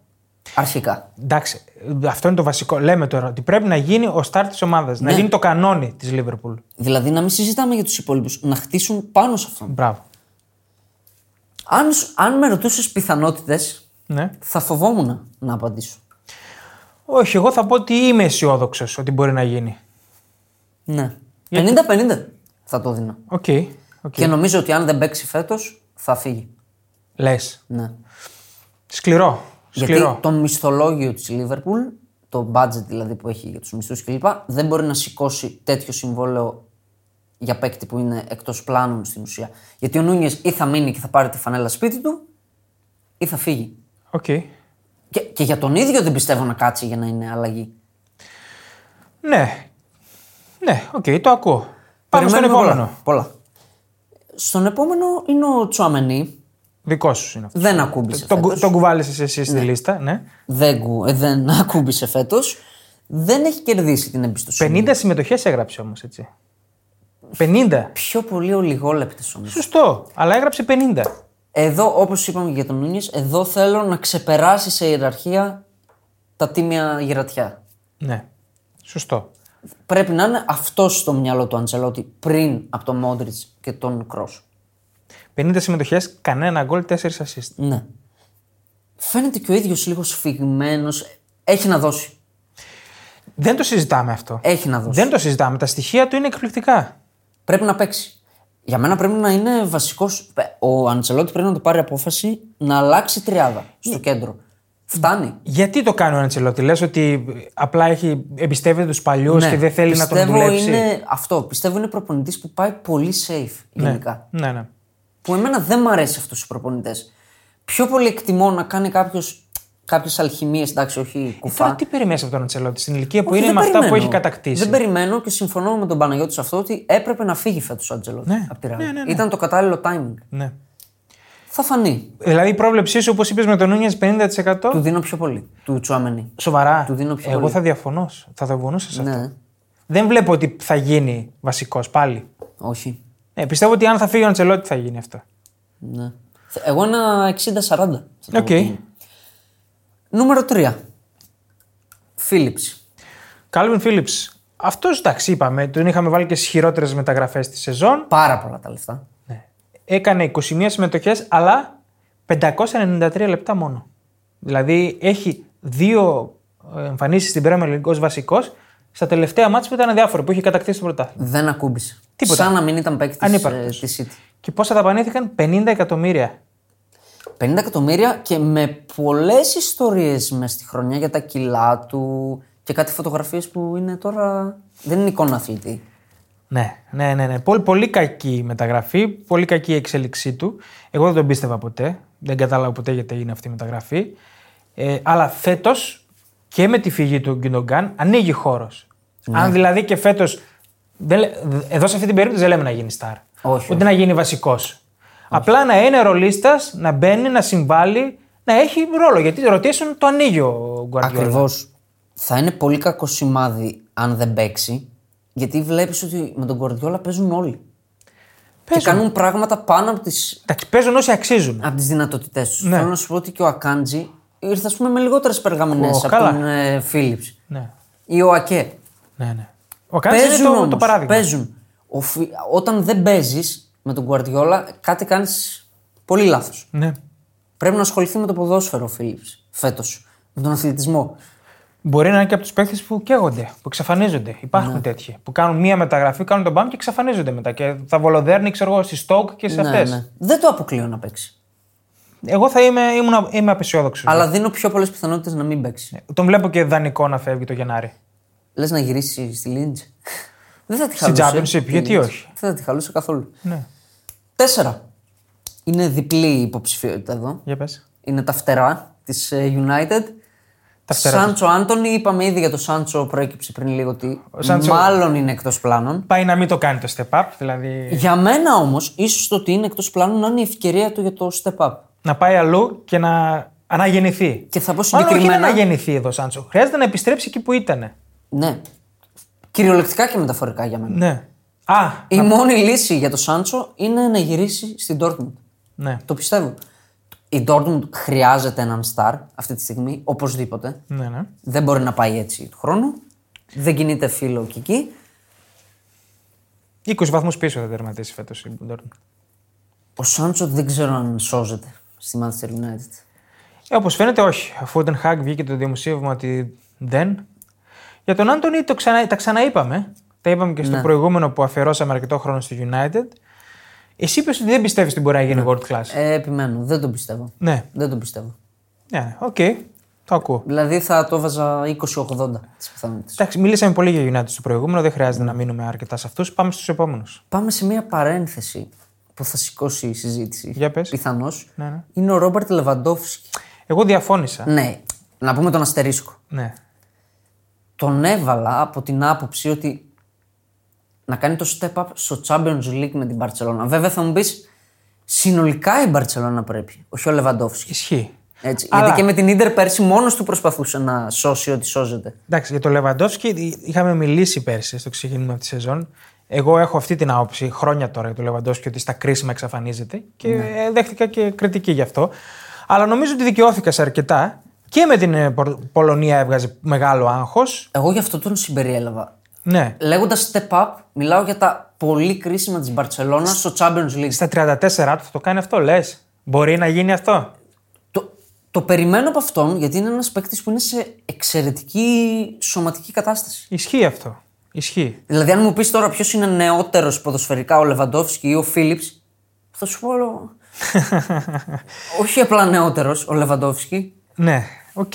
Αρχικά.
Εντάξει, αυτό είναι το βασικό. Λέμε τώρα ότι πρέπει να γίνει ο στάρ της ομάδας, να
Ναι.
γίνει το κανόνι της Λίβερπουλ.
Δηλαδή να μην συζητάμε για τους υπόλοιπους, να χτίσουν πάνω σε αυτόν.
Μπράβο.
Αν, σ- αν με ρωτούσες πιθανότητες,
Ναι.
θα φοβόμουν να απαντήσω.
Όχι, εγώ θα πω ότι είμαι αισιόδοξος ότι μπορεί να γίνει.
Ναι. 50-50 θα το δίνω.
Οκ. οκ.
Και νομίζω ότι αν δεν παίξει φέτος, θα φύγει.
Λες.
Ναι.
Σκληρό. Σκληρό.
Γιατί το μισθολόγιο της Λίβερπουλ, το budget δηλαδή που έχει για τους μισθούς κλπ., δεν μπορεί να σηκώσει τέτοιο συμβόλαιο για παίκτη που είναι εκτός πλάνων στην ουσία. Γιατί ο Νούνιες ή θα μείνει και θα πάρει τη φανέλα σπίτι του, ή θα φύγει.
Οκ.
Και, και για τον ίδιο δεν πιστεύω να κάτσει για να είναι αλλαγή.
Ναι. Ναι, οκ, το ακούω. Πάμε στον
Περιμένουμε
επόμενο.
Πολλά, πολλά. Στον επόμενο είναι ο Τσουαμενί.
Δικός σου είναι αυτός.
Δεν ακούμπησε.
Τον, κου-
φέτος.
τον κουβάλισε εσύ στη λίστα, ναι.
Δεν, κου- ε, δεν ακούμπησε φέτος. Δεν έχει κερδίσει την εμπιστοσύνη.
50 συμμετοχές έγραψε όμως, έτσι. 50.
Πιο πολύ ο λιγόλεπτε όμως.
Σωστό, αλλά έγραψε 50.
Εδώ, όπως είπαμε και για τον Νούνιες, εδώ θέλω να ξεπεράσει σε ιεραρχία τα τίμια γυρατιά.
Ναι. Σωστό.
Πρέπει να είναι αυτός στο μυαλό του Αντσελότη πριν από τον Μόντριτ και τον Κρός.
50 συμμετοχές, κανένα γκολ, 4 assist.
Ναι. Φαίνεται και ο ίδιος λίγος σφιγμένο. Έχει να δώσει.
Δεν το συζητάμε αυτό.
Έχει να δώσει.
Δεν το συζητάμε. Τα στοιχεία του είναι εκπληκτικά.
Πρέπει να παίξει. Για μένα πρέπει να είναι βασικός. Ο Αντσελότη πρέπει να το πάρει απόφαση να αλλάξει τριάδα
Ε,
στο κέντρο. Φτάνει.
Γιατί το κάνει ο Αντσελότη, λες ότι απλά έχει, εμπιστεύεται τους παλιούς και δεν θέλει να τον
Ναι. Πιστεύω
δουλέψει.
Είναι, αυτό πιστεύω είναι προπονητής που πάει πολύ safe γενικά.
Ναι, ναι.
Που εμένα δεν μ' αρέσει αυτού του προπονητές. Πιο πολύ εκτιμώ να κάνει κάποιος κάποιες αλχημίες, εντάξει, όχι κουφά.
Τώρα τι περιμένεις από τον Αντσελότη στην ηλικία Ε, που
Όχι,
είναι
δεν
με αυτά που
περιμένω.
έχει κατακτήσει.
Δεν περιμένω και συμφωνώ με τον Παναγιώτης σε αυτό ότι έπρεπε να φύγει φέτος ο Άντζελο
Ναι.
από τη Real.
Ναι, ναι, ναι.
Ήταν το κατάλληλο timing.
Ναι.
Θα φανεί.
Δηλαδή η πρόβλεψή σου, όπως είπες με τον Νούνιε, 50%.
Του δίνω πιο πολύ. Του Τσουάμενι.
Σοβαρά.
του δίνω πιο
Εγώ
πολύ.
θα διαφωνώς. Θα διαφωνούσα σε αυτό.
Ναι,
Δεν βλέπω ότι θα γίνει βασικός πάλι.
όχι.
Ε, πιστεύω ότι αν θα φύγει ο Αντσελότη θα γίνει αυτό.
Ναι. Θε- Εγώ ένα 60-40. θα το
Οκ.
πω. Νούμερο 3. Φίλιπς.
Κάλβιν Φίλιπ. Αυτός εντάξει, είπαμε, τον είχαμε βάλει και στις χειρότερες μεταγραφές της σεζόν.
Πάρα πολλά τα λεφτά.
Έκανε 21 συμμετοχές, αλλά 593 λεπτά μόνο. Δηλαδή έχει δύο εμφανίσεις στην Premier League ως βασικός στα τελευταία μάτια που ήταν διάφορα, που είχε κατακτήσει το πρωτάθλημα.
Δεν ακούμπησε.
Τίποτα.
Σαν να μην ήταν παίκτης
Ανύπαρκτος.
της City.
Και πόσα ταπανήθηκαν, 50 εκατομμύρια.
50 εκατομμύρια και με πολλές ιστορίες μες στη χρονιά για τα κιλά του και κάτι φωτογραφίες που είναι τώρα. Δεν είναι εικόνα αθλητή.
Ναι, ναι, ναι. ναι. Πολύ, πολύ κακή η μεταγραφή, πολύ κακή η εξέλιξή του. Εγώ δεν τον πίστευα ποτέ. Δεν κατάλαβα ποτέ γιατί έγινε αυτή η μεταγραφή. Ε, αλλά φέτος και με τη φυγή του Γκιντογκάν ανοίγει χώρος.
Ναι.
Αν δηλαδή και φέτος. Εδώ σε αυτή την περίπτωση δεν λέμε να γίνει star.
Όχι,
Ούτε να γίνει βασικός. Απλά να είναι ρολίστας, να μπαίνει, να συμβάλλει, να έχει ρόλο. Γιατί ρωτήσουν, το ανοίγει ο Γκουαρδιόλα.
Ακριβώς. Θα είναι πολύ κακό σημάδι αν δεν παίξει. Γιατί βλέπεις ότι με τον Κορδιόλα παίζουν όλοι.
Παίζουν.
Και κάνουν πράγματα πάνω από τις
Εντάξει, παίζουν όσοι αξίζουν.
από τις δυνατότητές τους.
Ναι.
Θέλω να σου πω ότι και ο Ακάντζη ήρθε ας πούμε, με λιγότερες περγαμηνέ
Ω,
από
καλά.
τον ε, Phillips.
Ναι,
Ή ο Ακέ.
ναι, ναι. Ο Κάντσης είναι
Παίζουν
το,
όμως,
το παράδειγμα.
Παίζουν. Ο Φι- Όταν δεν παίζεις με τον Guardiola, κάτι κάνεις πολύ λάθος.
Ναι.
Πρέπει να ασχοληθεί με το ποδόσφαιρο ο Φίλιπ φέτος. Με τον αθλητισμό.
Μπορεί να είναι και από τους παίχτε που καίγονται, που εξαφανίζονται. Υπάρχουν
Ναι.
τέτοιοι. Που κάνουν μία μεταγραφή, κάνουν τον μπαμ και εξαφανίζονται μετά. Και θα βολοδέρνει, ξέρω εγώ, στη Στόκ και σε Ναι. αυτές.
Ναι, Δεν το αποκλείω να παίξει.
Εγώ θα είμαι, ήμουν, είμαι απεσιόδοξος.
Αλλά δίνω πιο πολλές πιθανότητες να μην παίξει.
Τον βλέπω και δανεικό να φεύγει το Γενάρη.
Λες να γυρίσει στη Λίντζ. δεν θα τη
Στην
χαλούσε.
Championship,
τη
γιατί
Λίντζ.
όχι.
Δεν θα τη χαλούσε καθόλου.
Ναι,
Τέσσερα. Είναι διπλή η υποψηφιότητα εδώ.
για πες.
Είναι τα φτερά της United.
Τα φτερά της.
Σάντσο Άντωνη, είπαμε ήδη για το Σάντσο, προέκυψε πριν λίγο ότι
Σάντσο-
μάλλον είναι εκτός πλάνων.
Πάει να μην το κάνει το step up, δηλαδή
Για μένα όμως, ίσως το ότι είναι εκτός πλάνων να είναι η ευκαιρία του για το step up.
να πάει αλλού και να αναγεννηθεί.
Και θα πω
Μάλλον όχι να
συγκεκριμένα.
αναγεννηθεί εδώ, Σάντσο. Χρειάζεται να επιστρέψει εκεί που ήταν.
Ναι. Κυριολεκτικά και μεταφορικά για μένα.
Ναι. Α,
Η μόνη λύση για το Σάντσο είναι να γυρίσει στην Dortmund.
ναι.
Το πιστεύω. Η Dortmund χρειάζεται έναν star αυτή τη στιγμή, οπωσδήποτε.
ναι, ναι.
Δεν μπορεί να πάει έτσι του χρόνου. Δεν κινείται φίλο και εκεί.
20 βαθμούς πίσω θα τερματίσει φέτος η Dortmund.
Ο Σάντσο δεν ξέρω αν σώζεται στη Manchester United.
Ε, Όπως φαίνεται, όχι. Αφού ο Τενχάκ βγήκε το δημοσίευμα ότι δεν. Για τον Άντωνη το ξανα... τα ξαναείπαμε. Τα είπαμε και στο προηγούμενο που αφιερώσαμε αρκετό χρόνο στη United. Εσύ είπες ότι δεν πιστεύεις ότι μπορεί να γίνει world class.
Ε, επιμένω, δεν τον πιστεύω.
Ναι,
Δεν τον πιστεύω.
ναι, οκ. Το ακούω.
Δηλαδή θα το έβαζα 20-80 τις πιθανότητες.
Εντάξει, μιλήσαμε πολύ για United στο προηγούμενο, δεν χρειάζεται να μείνουμε αρκετά σε αυτούς. Πάμε στους επόμενους.
Πάμε σε μια παρένθεση που θα σηκώσει η συζήτηση.
Για πες.
Πιθανώς.
Ναι, ναι.
Είναι ο Ρόμπερτ Λεβαντόφσκι.
Εγώ διαφώνησα.
Ναι, Να πούμε τον αστερίσκο.
Ναι.
Τον έβαλα από την άποψη ότι να κάνει το step up στο Champions League με την Barcelona. Βέβαια θα μου πεις συνολικά η Barcelona πρέπει, όχι ο Λεβαντόφσκι.
Ισχύει.
Έτσι.
Αλλά-
Γιατί και με την ντερ πέρσι μόνος του προσπαθούσε να σώσει ό,τι σώζεται.
Εντάξει, για τον Λεβαντόφσκι είχαμε μιλήσει πέρσι στο ξεκίνημα της σεζόν. Εγώ έχω αυτή την άποψη χρόνια τώρα για τον Λεβαντόφσκι ότι στα κρίσιμα εξαφανίζεται και
Ναι.
ε, δέχτηκα και κριτική γι' αυτό. Αλλά νομίζω ότι δικαιώθηκα σε αρκετά και με την ε, Πορ- Πολωνία έβγαζε μεγάλο άγχος.
Εγώ γι' αυτό τον συμπεριέλαβα.
Ναι.
Λέγοντας step up, μιλάω για τα πολύ κρίσιμα της Barcelona στο Champions League.
Στα 34 του θα το κάνει αυτό, λες. Μπορεί να γίνει αυτό.
Το, το περιμένω από αυτόν γιατί είναι ένας παίκτης που είναι σε εξαιρετική σωματική κατάσταση.
Ισχύει αυτό. Ισχύει.
Δηλαδή, αν μου πεις τώρα ποιος είναι νεότερος ποδοσφαιρικά, ο Λεβαντόφσκι ή ο Φίλιπ, θα σου πω. «Όλο». Όχι απλά νεότερος ο Λεβαντόφσκι.
Ναι, οκ.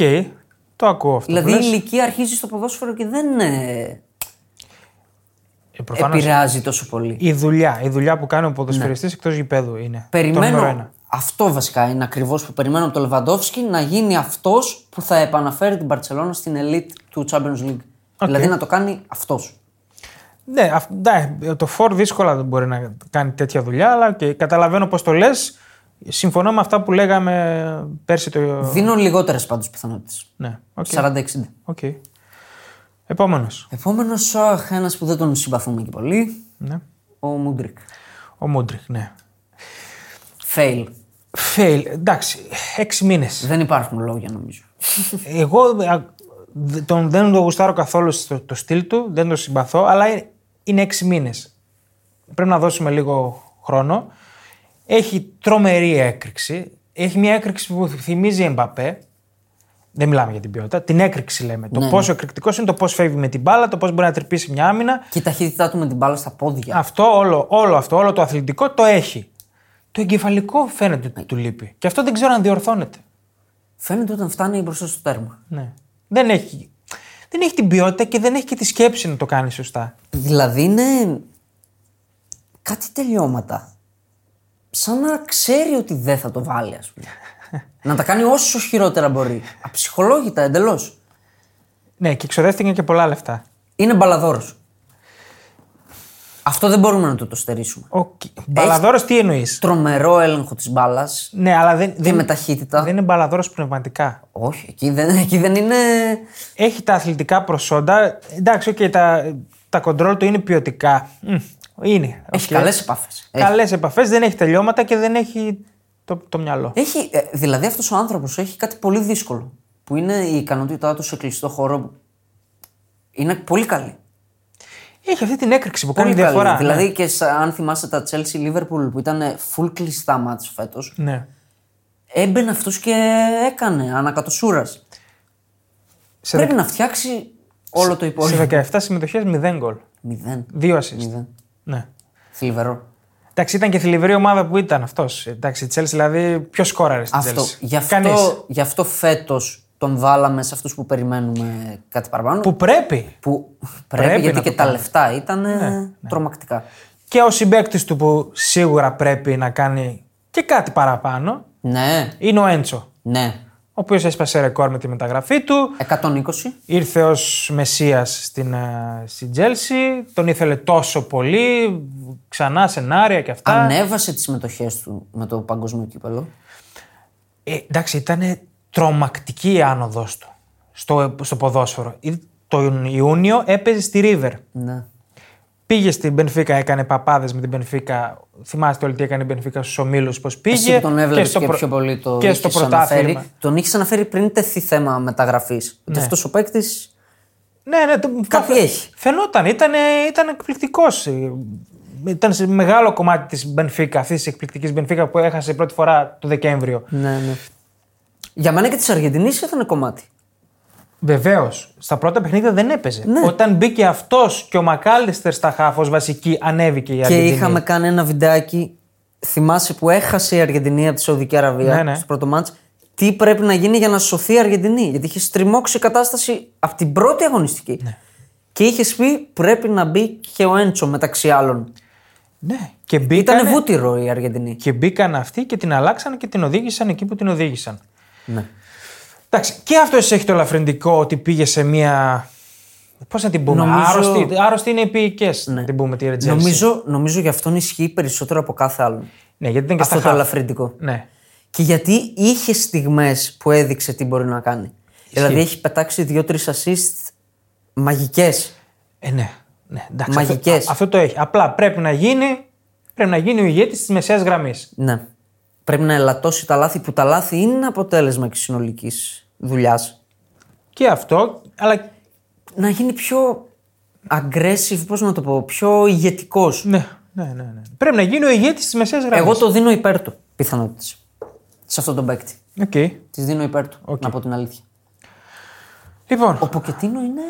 Το ακούω αυτό.
Δηλαδή,
που
η
λες.
ηλικία αρχίζει στο ποδόσφαιρο και δεν ε,
Ε, προφανώς
επηρεάζει τόσο πολύ.
η δουλειά, η δουλειά που κάνει ο ποδοσφαιριστής εκτός γηπέδου είναι το νούμερο ένα.
Ναι. Περιμένω. Αυτό βασικά είναι ακριβώς που περιμένω από τον Λεβαντόφσκι να γίνει αυτός που θα επαναφέρει την Παρσελόνα στην elite του Champions League. Δηλαδή να το κάνει αυτός.
Ναι, αυ- ναι, το Φορ δύσκολα δεν μπορεί να κάνει τέτοια δουλειά, αλλά και καταλαβαίνω πώς το λες. Συμφωνώ με αυτά που λέγαμε πέρσι το.
Δίνω λιγότερες πάντως πιθανότητες.
Ναι, οκ.
40-60.
οκ. Επόμενος.
Επόμενος, ένας που δεν τον συμπαθούμε και πολύ,
Ναι.
ο Μούντρικ.
Ο Μούντριχ, ναι.
Fail.
Fail. Εντάξει, έξι μήνες.
Δεν υπάρχουν λόγια νομίζω.
Εγώ ε, α, δε- τον, δεν το γουστάρω καθόλου στο, το στυλ του, δεν το συμπαθώ, αλλά ε- είναι έξι μήνες. Πρέπει να δώσουμε λίγο χρόνο. Έχει τρομερή έκρηξη. Έχει μια έκρηξη που θυμίζει Εμπαπέ. Δεν μιλάμε για την ποιότητα. Την έκρηξη λέμε. Το πόσο εκρηκτικός είναι, το πώς φεύγει με την μπάλα, το πώς μπορεί να τρυπήσει μια άμυνα.
Και η ταχύτητά του με την μπάλα στα πόδια.
Αυτό όλο, όλο αυτό, όλο το αθλητικό το έχει. Το εγκεφαλικό φαίνεται ότι του λείπει. Και αυτό δεν ξέρω αν διορθώνεται.
Φαίνεται όταν φτάνει μπροστά στο τέρμα.
Ναι. Δεν έχει, δεν έχει την ποιότητα και δεν έχει και τη σκέψη να το κάνει σωστά.
Δηλαδή είναι κάτι τελειώματα. Σαν να ξέρει ότι δεν θα το βάλει, ας πούμε. να τα κάνει όσο χειρότερα μπορεί. Αψυχολόγητα εντελώς.
Ναι, και ξοδεύτηκαν και πολλά λεφτά.
Είναι μπαλαδόρος. Αυτό δεν μπορούμε να του το στερήσουμε.
Ο... Μπαλαδόρος τι εννοείς.
Τρομερό έλεγχο της μπάλας
Ναι, αλλά δεν,
και
δεν,
με ταχύτητα.
δεν είναι μπαλαδόρος πνευματικά.
Όχι, εκεί δεν, εκεί δεν είναι.
Έχει τα αθλητικά προσόντα. Εντάξει, okay, τα, τα κοντρόλ του είναι ποιοτικά. Μμ, Είναι.
Έχει καλές επαφές.
Καλές επαφές, δεν έχει τελειώματα και δεν έχει το, το μυαλό.
Έχει, ε, δηλαδή αυτός ο άνθρωπος έχει κάτι πολύ δύσκολο που είναι η ικανότητά του σε κλειστό χώρο. Είναι πολύ καλή.
Έχει αυτή την έκρηξη που κάνει
πολύ
διαφορά. ναι.
καλή. Δηλαδή και σα- αν θυμάσαι τα Chelsea Liverpool που ήταν full κλειστά μάτς φέτος,
Ναι.
έμπαινε αυτός και έκανε ανακατοσούρας.
Σε,
Πρέπει να φτιάξει όλο το υπόλοιπο.
σε 17 συμμετοχέ 0 γκολ.
Μηδέν.
2 assist.
Μηδέν.
Ναι.
Θλιβερό.
Εντάξει, ήταν και θλιβερή ομάδα που ήταν αυτός. Εντάξει, η Chelsea δηλαδή. Ποιος σκόραρε στην
Αυτό.
Chelsea.
Γι,
Κανείς.
αυτό, γι' αυτό φέτος τον βάλαμε σε αυτούς που περιμένουμε κάτι παραπάνω. Που,
Που πρέπει.
πρέπει,
πρέπει
γιατί
να το
και
Ναι,
τα
κάνει.
λεφτά ήταν ε, τρομακτικά.
Και ο συμπέκτη του που σίγουρα πρέπει να κάνει και κάτι παραπάνω
Ναι,
είναι ο Έντσο.
ναι.
Ο οποίος έσπασε ρεκόρ με τη μεταγραφή του.
120.
Ήρθε ως μεσίας στην, ε, στην Chelsea. Τον ήθελε τόσο πολύ. Ξανά σενάρια και αυτά.
Ανέβασε τις συμμετοχές του με το παγκόσμιο κύπελο.
Ε, εντάξει, ήταν τρομακτική η άνοδος του στο, στο ποδόσφαιρο. Ε, Τον Ιούνιο έπαιζε στη River.
Ναι.
Πήγε στην Πενφύκα, έκανε παπάδες με την Πενφύκα. Θυμάστε όλοι τι έκανε η Πενφύκα στους ομίλους, πώς πήγε.
Εσύ που τον έβλεπες και,
στο προ-
πιο πολύ το
και στο
είχες
πρωτάθλημα.
αναφέρει. Τον είχε αναφέρει πριν τεθεί θέμα μεταγραφής. Ότι αυτός ο παίκτης.
Ναι, ναι, το-
Κάτι
φα-
έχει.
Φαινόταν, ήταν, ήταν εκπληκτικός. Ήταν σε μεγάλο κομμάτι της Μπενφίκα, αυτής της εκπληκτικής Μπενφίκα που έχασε πρώτη φορά το Δεκέμβριο.
Ναι, ναι. Για μένα και της Αργεντινής ήταν κομμάτι.
Βεβαίως. Στα πρώτα παιχνίδια δεν έπαιζε.
Ναι.
Όταν μπήκε αυτός και ο Μακάλιστερ στα χάφος βασική, ανέβηκε η
Και
Αργεντινή.
είχαμε κάνει ένα βιντεάκι. Θυμάσαι που έχασε η Αργεντινή από τη Σαουδική Αραβία
Ναι, ναι.
στο πρώτο μάτς. Τι πρέπει να γίνει για να σωθεί η Αργεντινή. Γιατί είχε στριμώξει η κατάσταση από την πρώτη αγωνιστική. Και είχες πει πρέπει να μπει και ο Έντσο μεταξύ άλλων.
Ναι. Και
Ήταν
μπήκανε,
βούτυρο η Αργεντινή.
και μπήκαν αυτοί και την αλλάξαν και την οδήγησαν εκεί που την οδήγησαν.
Ναι.
Εντάξει, και αυτό εσύ έχει το ελαφρυντικό ότι πήγε σε μία. Πώς να την πούμε,
Νομίζω- Ναι.
άρρωστη, άρρωστη είναι επίοικε. Να την πούμε τη Ρετζέλση.
Νομίζω, νομίζω γι' αυτόν ισχύει περισσότερο από κάθε άλλον.
Ναι, γιατί δεν και
Αυτό
στα
το
χαφ.
ελαφρυντικό.
Ναι.
Και γιατί είχε στιγμές που έδειξε τι μπορεί να κάνει. Δηλαδή έχει πετάξει δύο-τρει assist μαγικές.
Ε, ναι. ναι εντάξει,
Μαγικές.
Αυτό, αυτό το έχει. Απλά πρέπει να γίνει, πρέπει να γίνει ο ηγέτης της μεσαίας γραμμής.
Ναι. Πρέπει να ελαττώσει τα λάθη που τα λάθη είναι αποτέλεσμα και συνολικής δουλειά.
Και αυτό, αλλά
Να γίνει πιο aggressive, πώς να το πω, πιο ηγετικός.
Ναι, ναι, ναι. ναι. Πρέπει να γίνει ο ηγέτης της μεσαίας γραμμής.
Εγώ το δίνω υπέρ του πιθανότητες. Σε αυτόν τον παίκτη. Της δίνω υπέρ του, να πω την αλήθεια.
Λοιπόν,
Ο Ποκετίνο είναι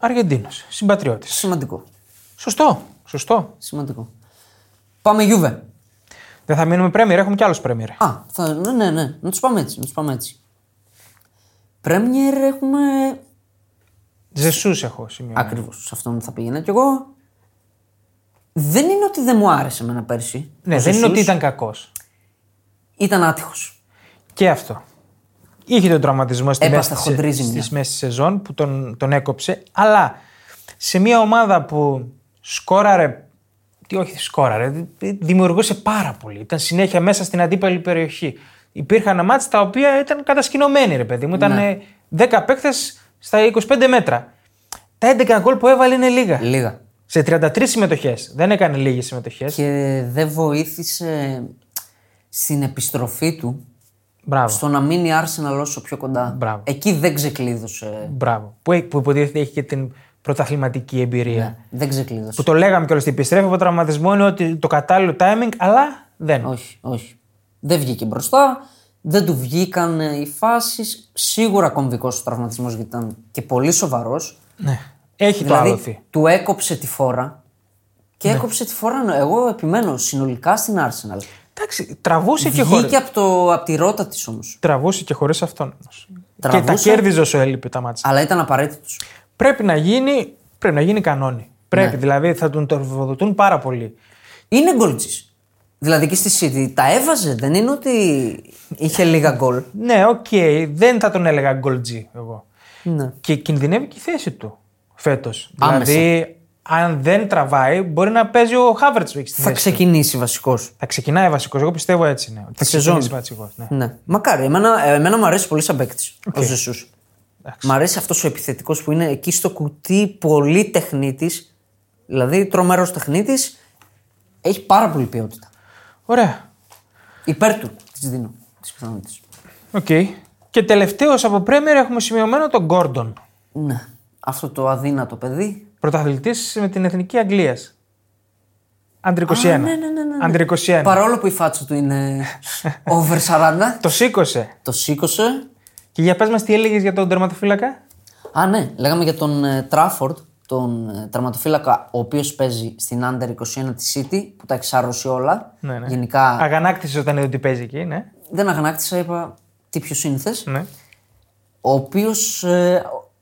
Αργεντίνος, συμπατριώτης.
σημαντικό.
Σωστό, σωστό.
Σημαντικό. Πάμε Γιούβε.
Δεν θα μείνουμε πρέμιερ, έχουμε κι άλλους πρέμιερ.
Α, θα, ναι, ναι, ναι. Να τους πάμε έτσι. Να τους πάμε έτσι. Πρέμιερ έχουμε.
Ζεσούς έχω σημειώσει.
Ακριβώς σε αυτόν θα πήγαινα κι εγώ. Δεν είναι ότι δεν μου άρεσε εμένα πέρσι.
Ναι, δεν είναι
Ο Ζεσούς
ότι ήταν κακός.
Ήταν άτυχος.
Και αυτό. Είχε τον τραυματισμό στη
Έπαθε
μέση, της-
χοντρή
στις
ζημιά.
μέσης της σεζόν που τον, τον έκοψε. Αλλά σε μια ομάδα που σκόραρε. Τι όχι, σκόραρε. δη- Δημιουργούσε πάρα πολύ. Ήταν συνέχεια μέσα στην αντίπαλη περιοχή. Υπήρχαν μάτς τα οποία ήταν κατασκηνωμένοι, ρε παιδί μου. Ήταν
Ναι.
ε, 10 παίκτες στα 25 μέτρα. Τα 11 γκολ που έβαλε είναι λίγα.
Λίγα.
Σε 33 συμμετοχές. Δεν έκανε λίγες συμμετοχές.
Και δεν βοήθησε στην επιστροφή του
Μπράβο.
στο να μείνει η Arsenal όσο πιο κοντά.
Μπράβο.
Εκεί δεν ξεκλείδωσε.
Μπράβο. Που, έχει- που υποτίθεται έχει και την πρωταθληματική εμπειρία.
Δεν ξεκλείδωσε.
Που το λέγαμε κιόλας ότι επιστρέφει από τραυματισμός είναι ότι το κατάλληλο timing, αλλά δεν.
Όχι, όχι. Δεν βγήκε μπροστά, δεν του βγήκαν ε, οι φάσεις. Σίγουρα κομβικός ο τραυματισμός γιατί ήταν και πολύ σοβαρός.
Ναι. Έχει το Ναι. άλοθη.
Δηλαδή του έκοψε τη φόρα και έκοψε τη φόρα, εγώ επιμένω, συνολικά στην Arsenal.
Εντάξει, τραβούσε και χωρί.
Βγήκε από το, απ τη ρότα της όμως.
Τραβούσε και χωρίς αυτόν. όμως. Και τα
Τραβούσε.
κέρδιζε όσο έλειπε τα μάτσα.
Αλλά ήταν απαραίτητος.
Πρέπει να γίνει, πρέπει να γίνει κανόνι. Πρέπει,
Ναι.
δηλαδή θα τον τροφοδοτούν πάρα πολύ.
Είναι γκολτζή. Δηλαδή και στη City τα έβαζε, δεν είναι ότι είχε λίγα γκολ.
Ναι, οκ, δεν θα τον έλεγα γκολτζή εγώ.
Ναι.
Και κινδυνεύει και η θέση του φέτος.
Άμεσα.
Δηλαδή, αν δεν τραβάει, μπορεί να παίζει ο Χάβερτσβικ στη
Θα
θέση.
ξεκινήσει βασικός.
Θα ξεκινάει βασικός. Εγώ πιστεύω έτσι είναι. Ότι θα
Σεζόν.
ξεκινήσει βασικός. Ναι.
Ναι. Μακάρι. Εμένα, εμένα μου αρέσει πολύ σαν παίκτης ο Ζεσού. Μ' αρέσει αυτός ο επιθετικός που είναι εκεί στο κουτί πολύ τεχνίτης. Δηλαδή τρομερός τεχνίτης. Έχει πάρα πολύ ποιότητα.
Ωραία.
Υπέρ του της δίνω τι πιθανότητε.
Οκ. Και τελευταίος από Πρέμερ έχουμε σημειωμένο τον Γκόρντον.
Ναι. Αυτό το αδύνατο παιδί.
Πρωταθλητής με την εθνική Αγγλίας. Άντρη 21.
Α, ναι, ναι, ναι, ναι.
Άντρη 21.
Παρόλο που η φάτσα του είναι over 40,
Το σήκωσε.
το σήκωσε.
Και για πες μας, τι έλεγες για τον τερματοφύλακα.
Α, ναι. Λέγαμε για τον ε, Τράφορντ, τον ε, τερματοφύλακα, ο οποίος παίζει στην Under 21 της City, που τα εξάρρωσε όλα.
Ναι, ναι.
Γενικά
Αγανάκτησε όταν είδε ότι παίζει εκεί, ναι.
δεν αγανάκτησα, είπα τι πιο σύνηθες.
ναι.
Ο οποίος. Ε,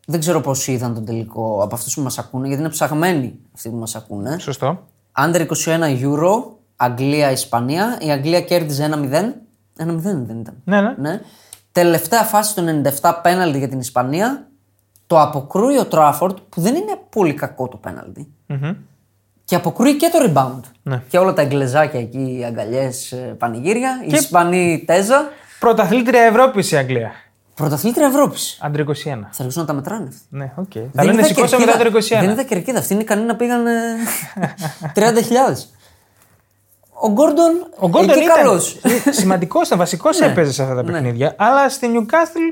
δεν ξέρω πόσοι είδαν τον τελικό από αυτούς που μας ακούνε, γιατί είναι ψαγμένοι αυτοί που μας ακούνε.
Σωστό.
Under 21 Euro, Αγγλία-Ισπανία. Η Αγγλία κέρδιζε 1-0. 1-0 δεν ήταν.
Ναι, ναι.
Ναι. Τελευταία φάση του 97 πέναλτι για την Ισπανία. Το αποκρούει ο Τράφορντ που δεν είναι πολύ κακό το πεναλτι Και αποκρούει και το rebound.
Ναι.
Και όλα τα εγκλεζάκια εκεί, αγκαλιέ, πανηγύρια. Η Ισπανή τέζα.
Πρωταθλήτρια Ευρώπης η Αγγλία.
Πρωταθλήτρια Ευρώπης.
Άντρη 21.
Θα αρχίσουν να τα μετράνε αυτοί.
Ναι, οκ. Θα λένε σηκώσαμε το
κερκίδα-
άντρη 21.
δεν είδα κερκίδα. Αυτοί είναι ικανοί να πήγαν ε, 30.000. Ο Γκόρντον,
Ο Γκόρντον
εκεί
ήταν
Ε, καλός.
σημαντικό, ήταν βασικός
Ναι.
έπαιζε σε αυτά τα
Ναι.
παιχνίδια. Αλλά στη Νιουκάστιλ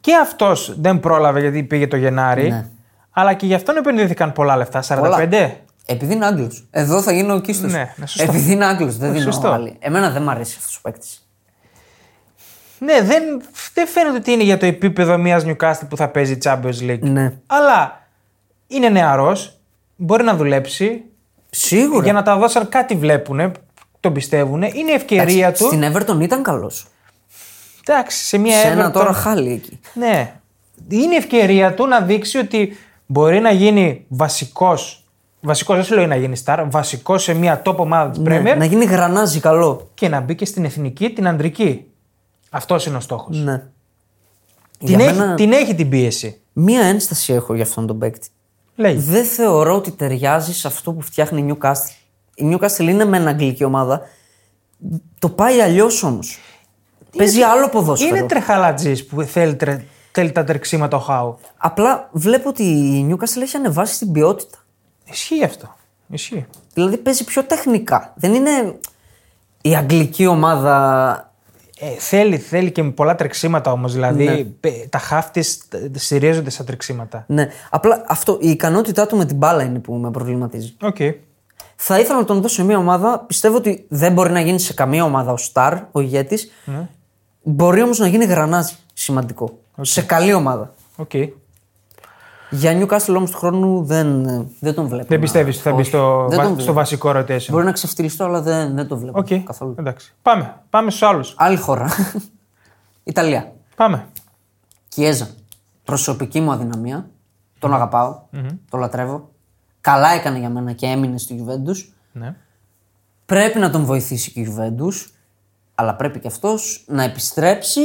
και αυτός δεν πρόλαβε γιατί πήγε το Γενάρη.
Ναι.
Αλλά και γι' αυτόν επενδύθηκαν πολλά λεφτά. 45.
Επειδή είναι Άγγλος. Εδώ θα γίνω ο Κίστο.
Ναι, ναι, σωστό.
Επειδή είναι Άγγλος, δεν δίνω
Σωστό.
άλλη. Εμένα δεν μ' αρέσει αυτός ο παίκτης.
Ναι, δεν, δεν φαίνεται ότι είναι για το επίπεδο μιας Νιουκάστιλ που θα παίζει Champions League.
Ναι.
Αλλά είναι νεαρός, μπορεί να δουλέψει.
Σίγουρα.
Για να τα δώσουν κάτι βλέπουν, τον πιστεύουν. Είναι η ευκαιρία
Εντάξει,
του.
Στην Everton ήταν καλός.
Εντάξει, σε μια
Σε ένα
Everton-
τώρα χάλι εκεί.
Ναι. Είναι η ευκαιρία του να δείξει ότι μπορεί να γίνει βασικός. Βασικός, δεν σου λέω να γίνει star, βασικός σε μια top ομάδα της Premier
Ναι, να γίνει γρανάζι καλό.
και να μπει και στην εθνική την αντρική. Αυτός είναι ο στόχος.
Ναι.
Την
Για
έχει,
μένα-
την έχει την πίεση.
Μία ένσταση έχω για αυτόν τον παίκτη.
Λέει.
Δεν θεωρώ ότι ταιριάζει σε αυτό που φτιάχνει η Newcastle. Η Newcastle είναι μεν αγγλική ομάδα. Το πάει αλλιώς όμως. Παίζει άλλο ποδόσφαιρο.
Είναι τρεχαλατζής που θέλει, τρε- θέλει τα τρεξίματα ο Χάου.
Απλά βλέπω ότι η Newcastle έχει ανεβάσει την ποιότητα.
Ισχύει αυτό. Ισχύει.
Δηλαδή παίζει πιο τεχνικά. Δεν είναι η αγγλική ομάδα.
Ε, θέλει, θέλει και με πολλά τρεξίματα όμως. Δηλαδή πε- τα χάφτη στηρίζονται στα τρεξίματα.
Ναι. Απλά αυτό, η ικανότητά του με την μπάλα είναι που με προβληματίζει.
Οκ.
Θα ήθελα να τον δω σε μια ομάδα. Πιστεύω ότι δεν μπορεί να γίνει σε καμία ομάδα ο Σταρ, ο ηγέτης.
Ναι.
Μπορεί όμως να γίνει γρανάζι σημαντικό. Σε καλή ομάδα.
οκ.
Για Νιούκαστλ όμως του χρόνου δεν, δεν τον βλέπω.
Δεν
να-
πιστεύεις ότι θα μπει
όχι.
στο,
Δεν
βα-
τον
στο
βλέπω.
βασικό rotation.
Μπορεί να ξεφτυλιστώ, αλλά δεν, δεν τον βλέπω
Οκ.
καθόλου.
Εντάξει. Πάμε. Πάμε στους άλλους.
Άλλη χώρα. Ιταλία.
Πάμε.
Κιέζα. Προσωπική μου αδυναμία. Τον αγαπαω Τον λατρεύω. Καλά έκανε για μένα και έμεινε στη Γιουβέντους.
Ναι.
Πρέπει να τον βοηθήσει και η Γιουβέντους, αλλά πρέπει και αυτός να επιστρέψει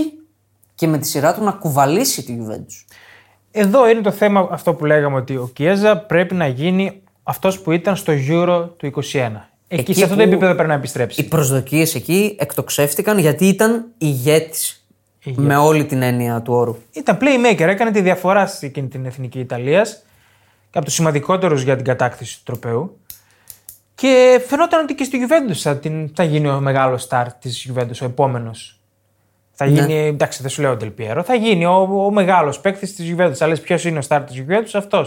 και με τη σειρά του να κουβαλήσει τη Γιουβέντους.
Εδώ είναι το θέμα αυτό που λέγαμε ότι ο Κιέζα πρέπει να γίνει αυτός που ήταν στο Euro του 21. Εκεί,
Εκεί
σε αυτό το
που-
επίπεδο πρέπει να επιστρέψει.
Οι προσδοκίες εκεί εκτοξεύτηκαν γιατί ήταν ηγέτης. Με όλη την έννοια του όρου.
Ήταν playmaker, έκανε τη διαφορά σε εκείνη την εθνική Ιταλίας. Από τους σημαντικότερους για την κατάκτηση του τροπέου. Και φαινόταν ότι και στη Juventus θα, την, θα γίνει ο μεγάλος στάρ της Juventus, ο επόμενος. Θα
Ναι.
γίνει, εντάξει, δεν σου λέω ο Ντελπιέρο, θα γίνει ο, ο μεγάλος παίκτης της Juventus. Αλλά ποιος είναι ο στάρ της Juventus, αυτός.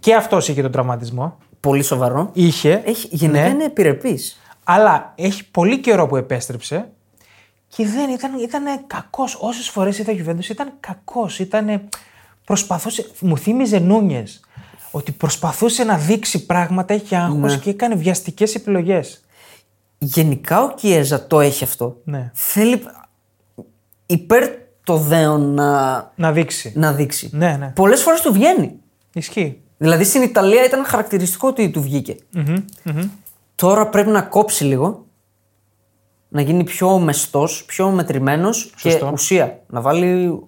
Και αυτό είχε τον τραυματισμό.
Πολύ σοβαρό.
Είχε.
Έχει, γενικά
ναι.
είναι επιρρεπής.
Αλλά έχει πολύ καιρό που επέστρεψε και δεν ήταν, ήταν κακός. Όσες φορές είδα Juventus ήταν κακός. Ήταν, ε, προσπαθούσε, μου θύμιζε Νούνιες ότι προσπαθούσε να δείξει πράγματα, είχε άγχος
Ναι.
και έκανε βιαστικές επιλογές.
Γενικά ο Κιέζα το έχει αυτό.
Ναι.
Θέλει υπέρ το δέον να,
Να δείξει.
να δείξει.
Ναι, ναι.
Πολλές φορές του βγαίνει.
Ισχύει.
Δηλαδή στην Ιταλία ήταν χαρακτηριστικό ότι του βγηκε Τώρα πρέπει να κόψει λίγο, να γίνει πιο μεστός, πιο μετρημένος και
Σωστό.
ουσία. Να βάλει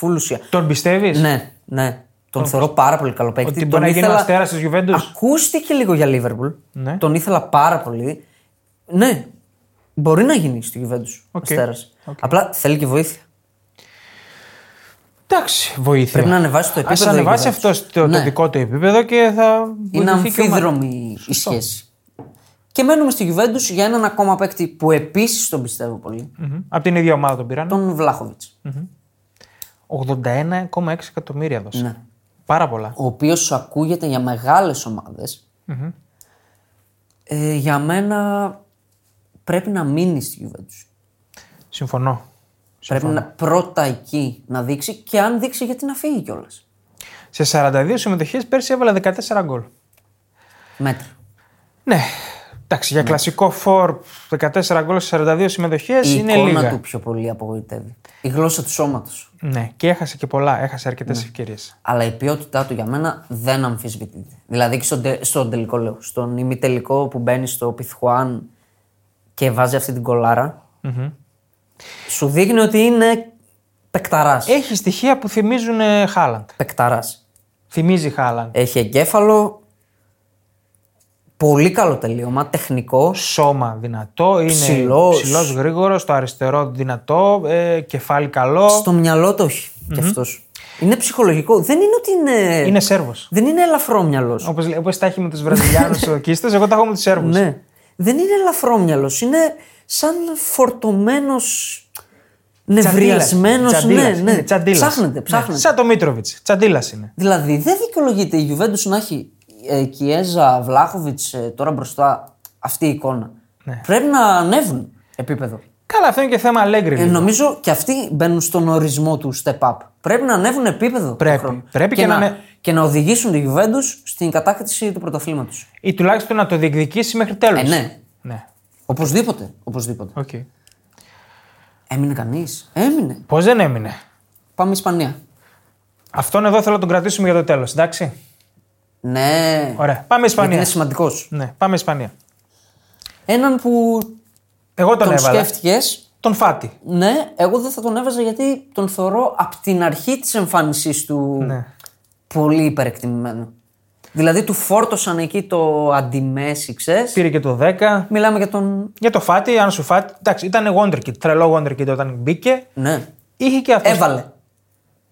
full ουσία.
Τον πιστεύεις
Ναι, ναι. Τον θεωρώ πάρα πολύ καλό παίκτη.
ότι
Τον
μπορεί να γίνει
ήθελα-
ο αστέρα τη Juventus.
Ακούστηκε λίγο για Λίβερπουλ.
Ναι.
Τον ήθελα πάρα πολύ. Ναι, μπορεί να γίνει στη Juventus ο
Οκ.
Αστέρας. Απλά θέλει και βοήθεια.
Εντάξει, βοήθεια.
Πρέπει να ανεβάσει το
Ναι. Ας
επίπεδο η
ανεβάσει
Juventus.
αυτό το,
Ναι.
το δικό του επίπεδο και θα.
Είναι
βοηθηθεί και ο Μα-
αμφίδρομη η σχέση. Και μένουμε στη Juventus για έναν ακόμα παίκτη που επίσης τον πιστεύω πολύ.
Μμμ. Από την ίδια ομάδα τον πήραν.
Τον Βλάχοβιτ.
81,6 εκατομμύρια δώσε.
Ναι.
Πάρα πολλά.
Ο οποίος ακούγεται για μεγάλες Ε, για μένα πρέπει να μείνεις στη Juventus.
Συμφωνώ.
Πρέπει να πρώτα εκεί να δείξει και αν δείξει γιατί να φύγει κιόλας.
Σε 42 συμμετοχές πέρσι έβαλε 14 γκολ.
Μέτρο.
Ναι. Εντάξει,
Ναι.
για κλασικό φορ 14 γκολ σε 42 συμμετοχές
Η
είναι
εικόνα
λίγα.
του πιο πολύ απογοητεύει. Η γλώσσα του σώματος.
Ναι, και έχασε και πολλά. Έχασε αρκετές
Ναι.
ευκαιρίες.
Αλλά η ποιότητά του για μένα δεν αμφισβητείται. Δηλαδή και στον, τε- στον τελικό λέω. Στον ημιτελικό που μπαίνει στο Πιθουάν και βάζει αυτή την κολάρα. Σου δείχνει ότι είναι πεκταρά.
Έχει στοιχεία που θυμίζουν ε, Χάλαντ.
Πεκταράς.
Θυμίζει Χάλαντ.
Έχει εγκέφαλο. Πολύ καλό τελείωμα. Τεχνικό.
Σώμα δυνατό, είναι
Ψηλός.
ψηλός γρήγορος, το αριστερό δυνατό, ε, κεφάλι καλό.
Στο μυαλό το έχει κι αυτός. Είναι ψυχολογικό. Δεν είναι ότι είναι.
Είναι Σέρβος.
Δεν είναι ελαφρό μυαλός.
Όπως όπως τα έχει με τους Βραζιλιάνου ο Κίστες, εγώ τα έχω με τους Σέρβους.
Ναι. Δεν είναι ελαφρόμυαλο. Είναι σαν φορτωμένος. Νευριασμένος. Ναι, ναι. Ψάχνεται, ψάχνεται.
Ναι, Σαν το Μίτροβιτ. Τσαντίλας είναι.
Δηλαδή δεν δικαιολογείται η Juventus να έχει ε, Κιέζα, Βλάχοβιτ τώρα μπροστά αυτή η εικόνα.
Ναι.
Πρέπει να ανέβουν επίπεδο.
Καλά, αυτό είναι και θέμα Αλέγκρι.
Ε,
λίγο.
νομίζω και αυτοί μπαίνουν στον ορισμό του step up. Πρέπει να ανέβουν επίπεδο. τον
Πρέπει.
χρόνο.
Πρέπει και να είναι-
και να οδηγήσουν τη Juventus στην κατάκτηση του πρωταθλήματος.
Ή τουλάχιστον να το διεκδικήσει μέχρι τέλου.
Ε, ναι.
ναι.
Οπωσδήποτε. οπωσδήποτε.
Okay.
Έμεινε κανείς. Έμεινε.
Πώς δεν έμεινε.
Πάμε Ισπανία.
Αυτόν εδώ θέλω να τον κρατήσουμε για το τέλος, εντάξει.
Ναι.
Ωραία. Πάμε
Γιατί
Ισπανία.
είναι σημαντικός.
Ναι, πάμε Ισπανία.
Έναν που
Εγώ τον,
τον
έβαλα.
σκέφτηκες
τον Φάτι.
Ναι, εγώ δεν θα τον έβαζα γιατί τον θεωρώ από την αρχή της εμφάνισής του
Ναι.
πολύ υπερεκτιμημένο. Δηλαδή του φόρτωσαν εκεί το αντιμέση, ξέρεις.
Πήρε και το 10.
Μιλάμε για τον.
Για το Φάτι, αν σου Φάτι. Εντάξει, ήταν wonderkid, τρελό wonderkid όταν μπήκε.
Ναι.
Είχε και αυτός.
Έβαλε.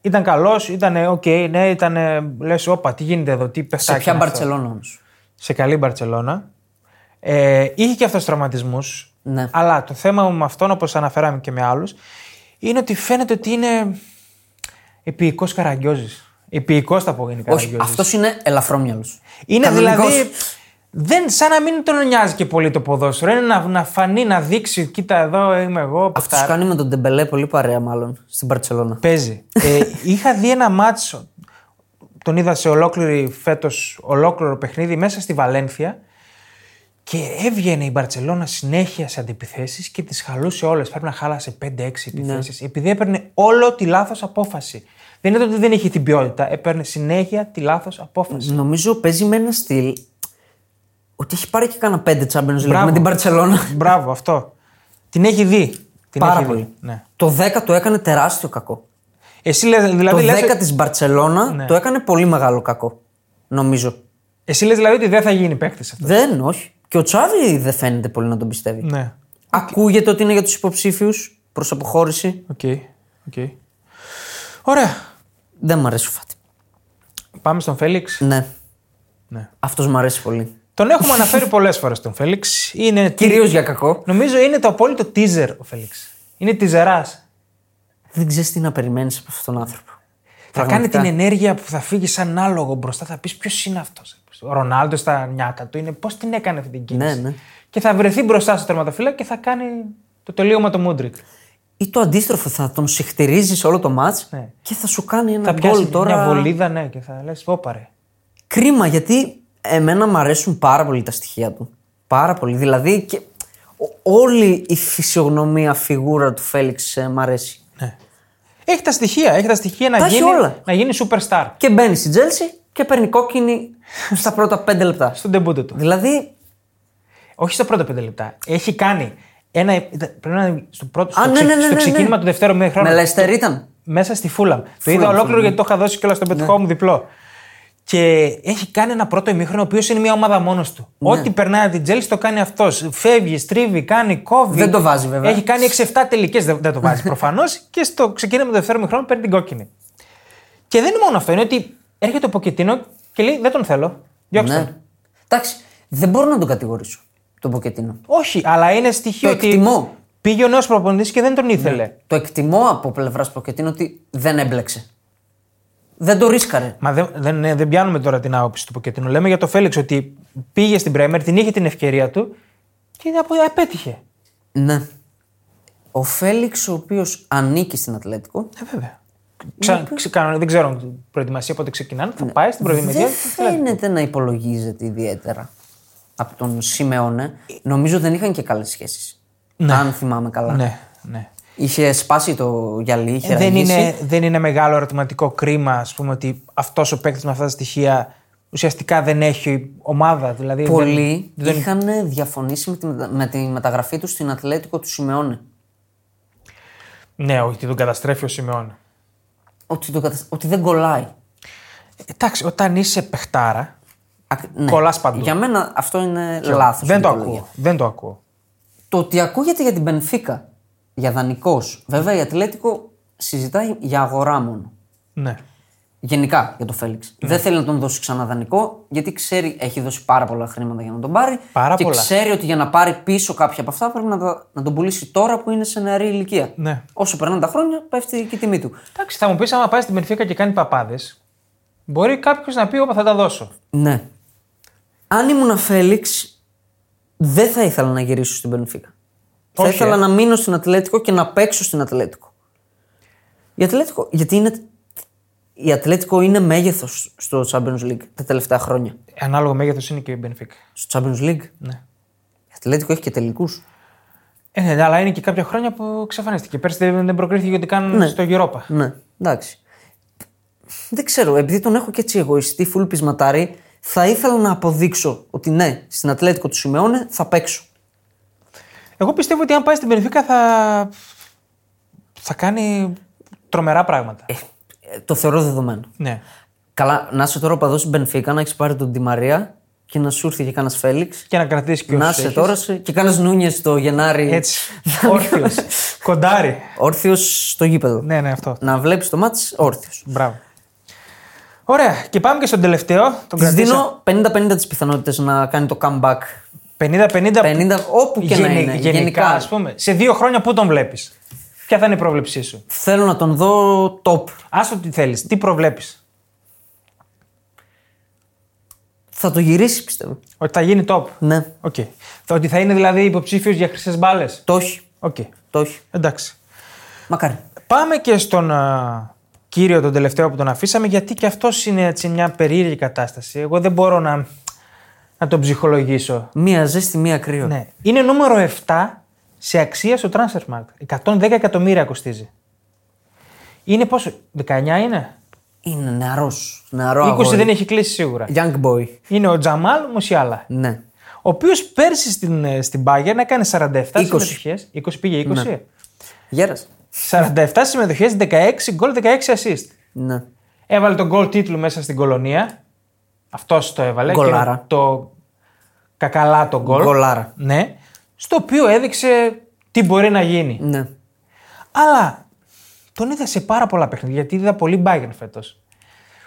Ήταν καλός, ήταν οκ, ναι, ήταν. Λες, όπα, τι γίνεται εδώ, τι
Σε
πεθάκι.
ποια
είναι αυτό.
Μπαρσελόνα όμως.
σε καλή Μπαρσελόνα. Ε, είχε και αυτός τραυματισμούς.
Ναι.
Αλλά το θέμα μου με αυτόν, όπως αναφέραμε και με άλλους, είναι ότι φαίνεται ότι είναι επίοικο καραγκιόζη. Επίοικο θα πω γενικά.
Όχι, αυτός είναι ελαφρόμυαλος.
Είναι δηλαδή. Δεν, σαν να μην τον νοιάζει και πολύ το ποδόσφαιρο. Είναι να, να φανεί, να δείξει. Κοίτα, εδώ είμαι εγώ.
Αυτός
παιχτάρα».
κάνει με τον Ντεμπελέ πολύ παρέα, μάλλον στην Μπαρσελόνα.
Παίζει. ε, είχα δει ένα μάτσο. Τον είδα σε ολόκληρη φέτος, ολόκληρο παιχνίδι μέσα στη Βαλένθια. Και έβγαινε η Μπαρσελόνα συνέχεια σε αντιπιθέσεις και τις χαλούσε όλες. Πρέπει να χάλασε 5-6
Ναι.
επιθέσεις. Επειδή έπαιρνε όλο τη λάθος απόφαση. Δεν είναι ότι δεν είχε την ποιότητα, έπαιρνε συνέχεια τη λάθος απόφαση.
Νομίζω παίζει με ένα στυλ ότι έχει πάρει και κάνα πέντε Champions League
Μπράβο.
με την Μπαρσελόνα.
Μπράβο, αυτό. Την έχει δει. Την
Πάρα
έχει
πολύ.
Δει. Ναι.
Το 10 το έκανε τεράστιο κακό.
Εσύ, λες, δηλαδή,
το
λες, Ναι.
10 της Μπαρσελόνα το έκανε πολύ μεγάλο κακό. Νομίζω.
εσύ λες δηλαδή ότι δεν θα γίνει παίκτης αυτό.
Δεν, όχι. Και ο Τσάβη δεν φαίνεται πολύ να τον πιστεύει.
Ναι.
Ακούγεται ότι είναι για τους υποψήφιους προς αποχώρηση.
Οκ. οκ. Ωραία.
Δεν μ' αρέσει ο Φάτι.
Πάμε στον Φέληξ.
Ναι.
Ναι.
Αυτός μ' αρέσει πολύ.
Τον έχουμε αναφέρει πολλές φορές τον Φέληξ. Είναι...
Κυρίως για κακό.
Νομίζω είναι το απόλυτο teaser ο Φέληξ. Είναι τιζεράς.
Δεν ξέρεις τι να περιμένεις από αυτόν τον άνθρωπο.
Θα κάνει την ενέργεια που θα φύγει σαν άλογο μπροστά. Θα πεις ποιος είναι αυτός. Ο Ρονάλντο στα νιάτα του είναι πώς την έκανε αυτή την κίνηση.
Ναι, ναι.
Και θα βρεθεί μπροστά στο τερματοφύλλα και θα κάνει το τελείωμα το Μούντρικ.
Ή το αντίστροφο, θα τον συχτηρίζεις όλο το μάτ
Ναι.
και θα σου κάνει ένα
Θα
γκολ
πιάσει
τώρα.
μια βολίδα, ναι, και θα λες: Όπαρε.
Κρίμα γιατί εμένα μου αρέσουν πάρα πολύ τα στοιχεία του. Πάρα πολύ. Δηλαδή και ο- όλη η φυσιογνωμία φιγούρα του Φέληξ ε, μ' αρέσει.
Έχει τα στοιχεία, έχει τα στοιχεία να,
Τα έχει
γίνει,
όλα.
να γίνει superstar
Και μπαίνει στη Τζέλση και παίρνει κόκκινη στα πρώτα πέντε λεπτά.
στον τεμπούτο του.
Δηλαδή,
Όχι στα πρώτα πέντε λεπτά. Έχει κάνει. Ένα, ήταν- πρέπει να είναι στο, πρώτο,
Α,
στο,
ναι,
ξε-
ναι, ναι,
στο
ναι,
ξεκίνημα
ναι.
του δευτέρου μήνα
με
χρόνου.
Λέστερ ήταν.
Μέσα στη Φούλαμ. Το
Fulham,
είδα ολόκληρο
Fulham.
γιατί το είχα δώσει κιόλας στο πετυχό
Ναι.
μου διπλό. Και έχει κάνει ένα πρώτο ημίχρονο ο οποίος είναι μια ομάδα μόνος του.
Ναι.
Ό,τι περνάει από την Τζέλση το κάνει αυτός. Φεύγει, στρίβει, κάνει, κόβει.
Δεν το βάζει, βέβαια.
Έχει κάνει 6-7 τελικές, δεν, δεν το βάζει προφανώς. Και στο ξεκίνημα του δευτέρου μηχρόνου παίρνει την κόκκινη. Και δεν είναι μόνο αυτό, είναι ότι έρχεται ο Ποκετίνο και λέει: Δεν τον θέλω. Διώξτε τον».
Ναι. Εντάξει, δεν μπορώ να τον κατηγορήσω τον Ποκετίνο.
Όχι, αλλά είναι στοιχείο
Το
ότι
εκτιμώ. Ναι.
πήγε ο νέος προπονητής και δεν τον ήθελε.
Το εκτιμώ από πλευράς Ποκετίνο ότι δεν έμπλεξε. Δεν το ρίσκαρε.
Μα δεν, δεν, ναι, δεν πιάνουμε τώρα την άποψη του Ποκετίνου. Λέμε για το Φέληξ ότι πήγε στην Πρέμερ, την είχε την ευκαιρία του και απο- απέτυχε.
Ναι. Ο Φέληξ, ο οποίος ανήκει στην Ατλέτικο,
Ε, βέβαια.
Ναι,
Ξα, ξε- κανονι- δεν ξέρω προετοιμασία πότε ξεκινάνε. Θα πάει στην προετοιμασία.
δεν φαίνεται να υπολογίζεται ιδιαίτερα από τον Σιμεώνε. Νομίζω δεν είχαν και καλές σχέσεις. Αν θυμάμαι καλά.
Ναι, ναι.
Είχε σπάσει το γυαλί, είχε
δεν,
ραγίσει.
είναι, δεν είναι μεγάλο ερωτηματικό κρίμα ας πούμε, ότι αυτός ο παίκτης με αυτά τα στοιχεία ουσιαστικά δεν έχει ομάδα. Δηλαδή, δεν-
Πολλοί
δεν-
είχαν διαφωνήσει με τη, μετα- με τη μεταγραφή τους στην Ατλέτικο του Σιμεώνε.
ναι, όχι, τον καταστρέφει ο Σιμεών.
Ότι, το κατασ- ότι δεν κολλάει.
Εντάξει, όταν είσαι παιχτάρα,
Ακ- ναι.
Κολλάς παντού.
Για μένα αυτό είναι λάθος.
δεν το ακούω. Δεν το ακούω.
Το ότι ακούγεται για την Πενφύκα, για δανεικός. Βέβαια η Ατλέτικο συζητάει για αγορά μόνο.
Ναι.
Γενικά για τον Φέληξ. Δεν θέλει να τον δώσει ξανά δανεικό, γιατί ξέρει, έχει δώσει πάρα πολλά χρήματα για να τον πάρει.
Πάρα
και
πολλά.
ξέρει ότι για να πάρει πίσω κάποια από αυτά πρέπει να, τα- να τον πουλήσει τώρα που είναι σε νεαρή ηλικία.
Ναι.
Όσο περνάνε τα χρόνια, πέφτει και η τιμή του.
Εντάξει, θα μου πεις, άμα πάει στην Πενφύκα και κάνει παπάδες, μπορεί κάποιος να πει: Όπα, θα τα δώσω.
Ναι. Αν ήμουν Φέληξ, δεν θα ήθελα να γυρίσω στην Πενφύκα. Θα
Όχι,
ήθελα
ε.
να μείνω στην Ατλέτικο και να παίξω στην Ατλέτικο. Η Ατλέτικο, γιατί είναι. Η Ατλέτικο είναι μέγεθος στο Champions League τα τελευταία χρόνια.
Ανάλογο μέγεθος είναι και η Μπενφίκα.
Στο Champions League.
Ναι.
Η Ατλέτικο έχει και τελικούς.
Ε, ναι, ναι, αλλά είναι και κάποια χρόνια που εξαφανίστηκε. Πέρσι δεν δεν προκρίθηκε ότι κάνουν στο Europa.
Ναι, εντάξει. Δεν ξέρω, επειδή τον έχω και έτσι εγωιστή, φουλ πεισματάρι, θα ήθελα να αποδείξω ότι ναι, στην Ατλέτικο του Σιμεώνε θα παίξω.
Εγώ πιστεύω ότι αν πάει στην Μπενφίκα θα. θα κάνει τρομερά πράγματα.
Ε, το θεωρώ δεδομένο.
Ναι.
Καλά, να είσαι τώρα παδό στην Μπενφίκα, να έχεις πάρει τον Ντι Μαρία και να σου έρθει και κανένας Φέληξ.
Και να κρατήσει και
Να
όσους
είσαι
έχεις.
τώρα σε- και κανένας Νούνιες το Γενάρη.
Έτσι. Όρθιος. Κοντάρι.
Όρθιος στο γήπεδο.
Ναι, ναι, αυτό.
Να βλέπεις το μάτι όρθιος.
Μπράβο. Ωραία. Και πάμε και στον τελευταίο. Τον
Της
κρατήσα.
δίνω 50-50 τις πιθανότητες να κάνει το comeback.
50-50
50 όπου και να
Γενι-
είναι.
γενικά, ας πούμε. Σε δύο χρόνια πού τον βλέπεις. Ποια θα είναι η πρόβλεψή σου.
Θέλω να τον δω top.
Άστο τι θέλεις, τι προβλέπεις.
Θα το γυρίσεις, πιστεύω.
Ότι θα γίνει top.
Ναι.
Οκ. Θα, ότι θα είναι δηλαδή υποψήφιος για χρυσές μπάλες.
Το όχι.
Οκ.
Το όχι.
Εντάξει.
Μακάρι.
Πάμε και στον α, κύριο τον τελευταίο που τον αφήσαμε, γιατί και αυτός είναι έτσι μια περίεργη κατάσταση. Εγώ δεν μπορώ να, να τον ψυχολογήσω.
Μία ζέστη, μία κρύο.
Ναι. Είναι νούμερο 7 σε αξία στο transfer market. 110 εκατομμύρια κοστίζει. Είναι πόσο, 19 είναι.
Είναι νεαρός. Νεαρό
20
αγόρι.
δεν έχει κλείσει σίγουρα.
Young boy.
Είναι ο Τζαμάλ Μουσιάλα.
Ναι.
Ο οποίος πέρσι στην, ε, στην Bayern έκανε 47
20.
συμμετοχέ. 20 πήγε 20.
Ναι. Γέρας.
47 συμμετοχέ, 16 γκολ, 16 assist.
Ναι.
Έβαλε τον γκολ τίτλου μέσα στην κολονία. Αυτός το έβαλε.
Γκολάρα.
Και Το κακαλά τον γκολ.
Γκολάρα.
Ναι. Στο οποίο έδειξε τι μπορεί να γίνει.
Ναι.
Αλλά τον είδα σε πάρα πολλά παιχνίδια γιατί είδα πολύ Bayern φέτο.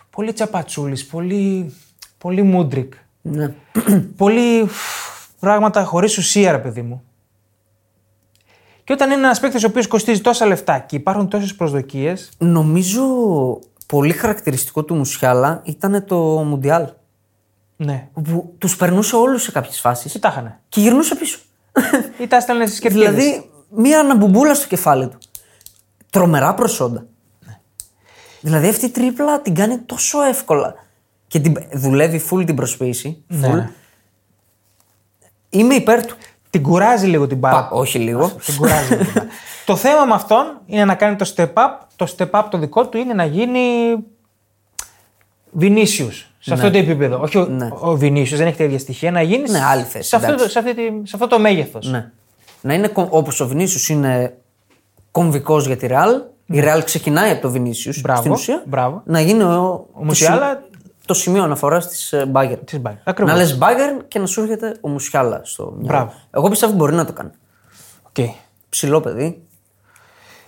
Πολύ τσαπατσούλης, πολύ, πολύ μούντρικ.
ναι.
πολύ πράγματα χωρίς ουσία, ρε παιδί μου. Και όταν είναι ένας παίκτης ο οποίος κοστίζει τόσα λεφτά και υπάρχουν τόσες προσδοκίες.
Νομίζω πολύ χαρακτηριστικό του Μουσιάλα ήταν το Μουντιάλ.
Ναι.
Που τους περνούσε όλους σε κάποιες φάσεις
Τι τα είχανε.
και γυρνούσε πίσω.
Ή τα έστελνε στι κερδίδε.
δηλαδή, μία αναμπουμπούλα στο κεφάλι του. Τρομερά προσόντα.
Ναι.
Δηλαδή, αυτή η τρίπλα την κάνει τόσο εύκολα. Και την, δουλεύει full την προσποίηση. Full.
Ναι.
Είμαι υπέρ του.
Την κουράζει λίγο την μπάλα.
Πα- όχι λίγο.
Την κουράζει λίγο την μπάλα. το θέμα με αυτόν είναι να κάνει το step up. Το step up το δικό του είναι να γίνει. Βινίσιου. Σε αυτό το επίπεδο. Όχι ο,
Ναι.
ο Βινίσιου, δεν έχει τα ίδια στοιχεία. Να γίνει.
Ναι, άλλη θέση,
Σε αυτό, το-
εντάξει.
σε αυτή τη- σε αυτό το μέγεθος.
Ναι. Να είναι όπως ο Βινίσιο είναι κομβικός για τη Ρεάλ. Η Ρεάλ ξεκινάει από το Βινίσιο
Μπράβο,
στην ουσία.
μπράβο.
Να γίνει ο, το
Μουσιάλα.
σημείο- Το σημείο αναφοράς της Μπάγκερ.
Της Bayern.
Να
Ακριβώς.
λε Μπάγκερ και να σου έρχεται ο Μουσιάλα στο μυαλό.
Μπράβο.
Εγώ πιστεύω μπορεί να το κάνει.
Οκ.
Ψηλό παιδί.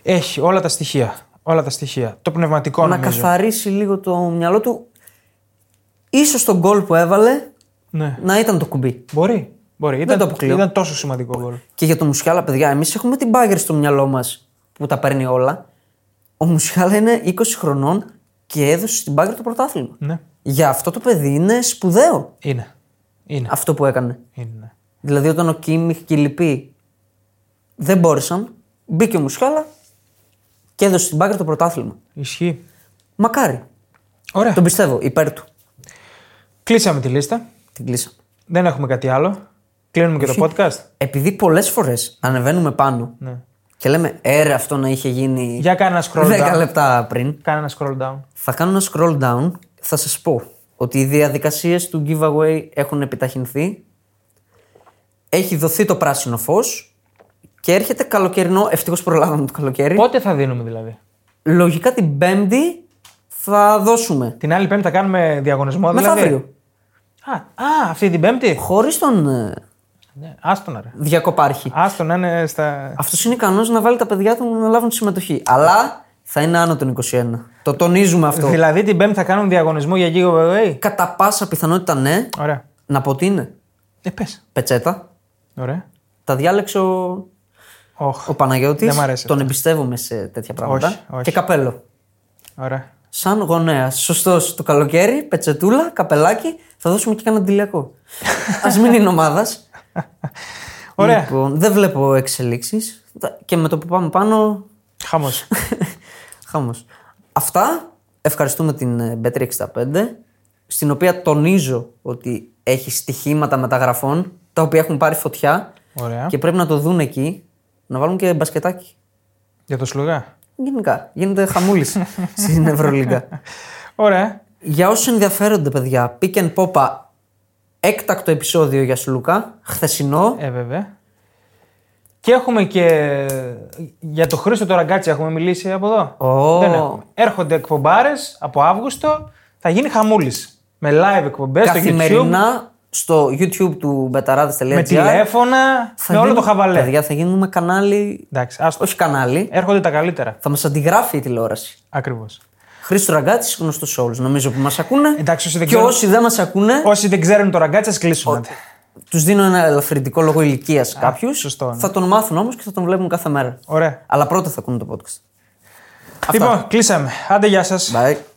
Έχει όλα τα στοιχεία. Όλα τα στοιχεία. Το πνευματικό
να
νομίζω.
καθαρίσει λίγο το μυαλό του. Ίσως τον γκολ που έβαλε
Ναι.
να ήταν το κουμπί.
Μπορεί. Μπορεί. Ήταν,
το αποκλείω.
ήταν τόσο σημαντικό γκολ.
Και για το Μουσιάλα, παιδιά, εμείς έχουμε την μπάγκερ στο μυαλό μας που τα παίρνει όλα. Ο Μουσιάλα είναι 20 χρονών και έδωσε στην μπάγκερ το πρωτάθλημα.
Ναι.
Για αυτό το παιδί είναι σπουδαίο
Είναι. Είναι.
αυτό που έκανε.
είναι. ναι.
Δηλαδή, όταν ο Κίμιχ και οι λοιποί δεν μπόρεσαν, μπήκε ο Μουσιάλα και έδωσε στην μπάγκερ το πρωτάθλημα.
Ισχύει.
Μακάρι.
Ωραία.
Τον πιστεύω, υπέρ του.
Κλείσαμε τη λίστα.
Την κλείσαμε.
Δεν έχουμε κάτι άλλο. Κλείνουμε και το podcast.
Επειδή πολλές φορές ανεβαίνουμε πάνω
Ναι.
και λέμε έρε αυτό να είχε γίνει
Για κάνε ένα scroll
10
down.
λεπτά πριν,
Κάνε ένα scroll down.
θα κάνω ένα scroll down. Θα σας πω ότι οι διαδικασίες του giveaway έχουν επιταχυνθεί. Έχει δοθεί το πράσινο φως και έρχεται καλοκαιρινό. Ευτυχώς προλάβαμε το καλοκαίρι.
Πότε θα δίνουμε δηλαδή.
Λογικά την Πέμπτη θα δώσουμε.
Την άλλη Πέμπτη θα κάνουμε διαγωνισμό δηλαδή.
Μεθαύριο.
Α, α, αυτή την Πέμπτη.
Χωρίς τον ε,
Ναι. Άστονα ρε.
διακοπάρχη.
Άστονα είναι ναι, στα.
Αυτός είναι ικανός να βάλει τα παιδιά του να λάβουν συμμετοχή. Αλλά θα είναι άνω των 21. Το τονίζουμε αυτό.
Δηλαδή την Πέμπτη θα κάνουμε διαγωνισμό για giveaway.
Κατά πάσα πιθανότητα ναι.
Ωραία.
Να πω τι είναι.
Ε, πες.
Πετσέτα.
Ωραία.
Τα διάλεξε ο,
Όχ.
ο Παναγιώτης.
Δεν μ' αρέσει
Τον εμπιστεύομαι σε τέτοια πράγματα.
Όχι, όχι.
Και καπέλο.
Ωραία.
Σαν γονέας. Σωστός. Το καλοκαίρι, πετσετούλα, καπελάκι. Θα δώσουμε και κανένα τηλιακό. Ας μην είναι ομάδας.
Ωραία.
Λοιπόν, δεν βλέπω εξελίξεις. Και με το που πάμε πάνω,
Χαμός.
Χαμός. Αυτά. Ευχαριστούμε την ε, Bet365, στην οποία τονίζω ότι έχει στοιχήματα μεταγραφών, τα οποία έχουν πάρει φωτιά
Ωραία.
και πρέπει να το δουν εκεί, να βάλουν και μπασκετάκι.
Για το σλουγά.
Γενικά, γίνεται χαμούλης στην Ευρωλίγκα.
Ωραία.
Για όσους ενδιαφέρονται, παιδιά, pick and popa, έκτακτο επεισόδιο για Σλούκα, χθεσινό.
Ε, βέβαια. Και έχουμε και. Για το Χρήστο το ραγκάτσι έχουμε μιλήσει από εδώ.
Ω.
Δεν έχουμε. Έρχονται εκπομπάρες από Αύγουστο. Θα γίνει χαμούλης. Με live εκπομπές Ε, στο YouTube.
Καθημερινά στο YouTube του μπεταράδε.gr.
Με τηλέφωνα. με όλο το χαβαλέ.
Παιδιά, θα γίνουμε κανάλι.
Εντάξει, άστο.
Όχι κανάλι.
Έρχονται τα καλύτερα.
Θα μας αντιγράφει η τηλεόραση.
Ακριβώς.
Χρήστο Ραγκάτης, γνωστός σε όλους, νομίζω που μας ακούνε.
Εντάξει, όσοι δεν
και
ξέρουν-
όσοι δεν μας ακούνε,
Όσοι δεν ξέρουν το ραγκάτσι, ας κλείσουμε.
τους δίνω ένα ελαφρυντικό λόγο ηλικίας κάποιους.
σωστό, ναι.
Θα τον μάθουν όμως και θα τον βλέπουν κάθε μέρα.
Ωραία.
Αλλά πρώτα θα ακούνε το podcast.
Λοιπόν, κλείσαμε. Άντε, γεια σας.
Bye.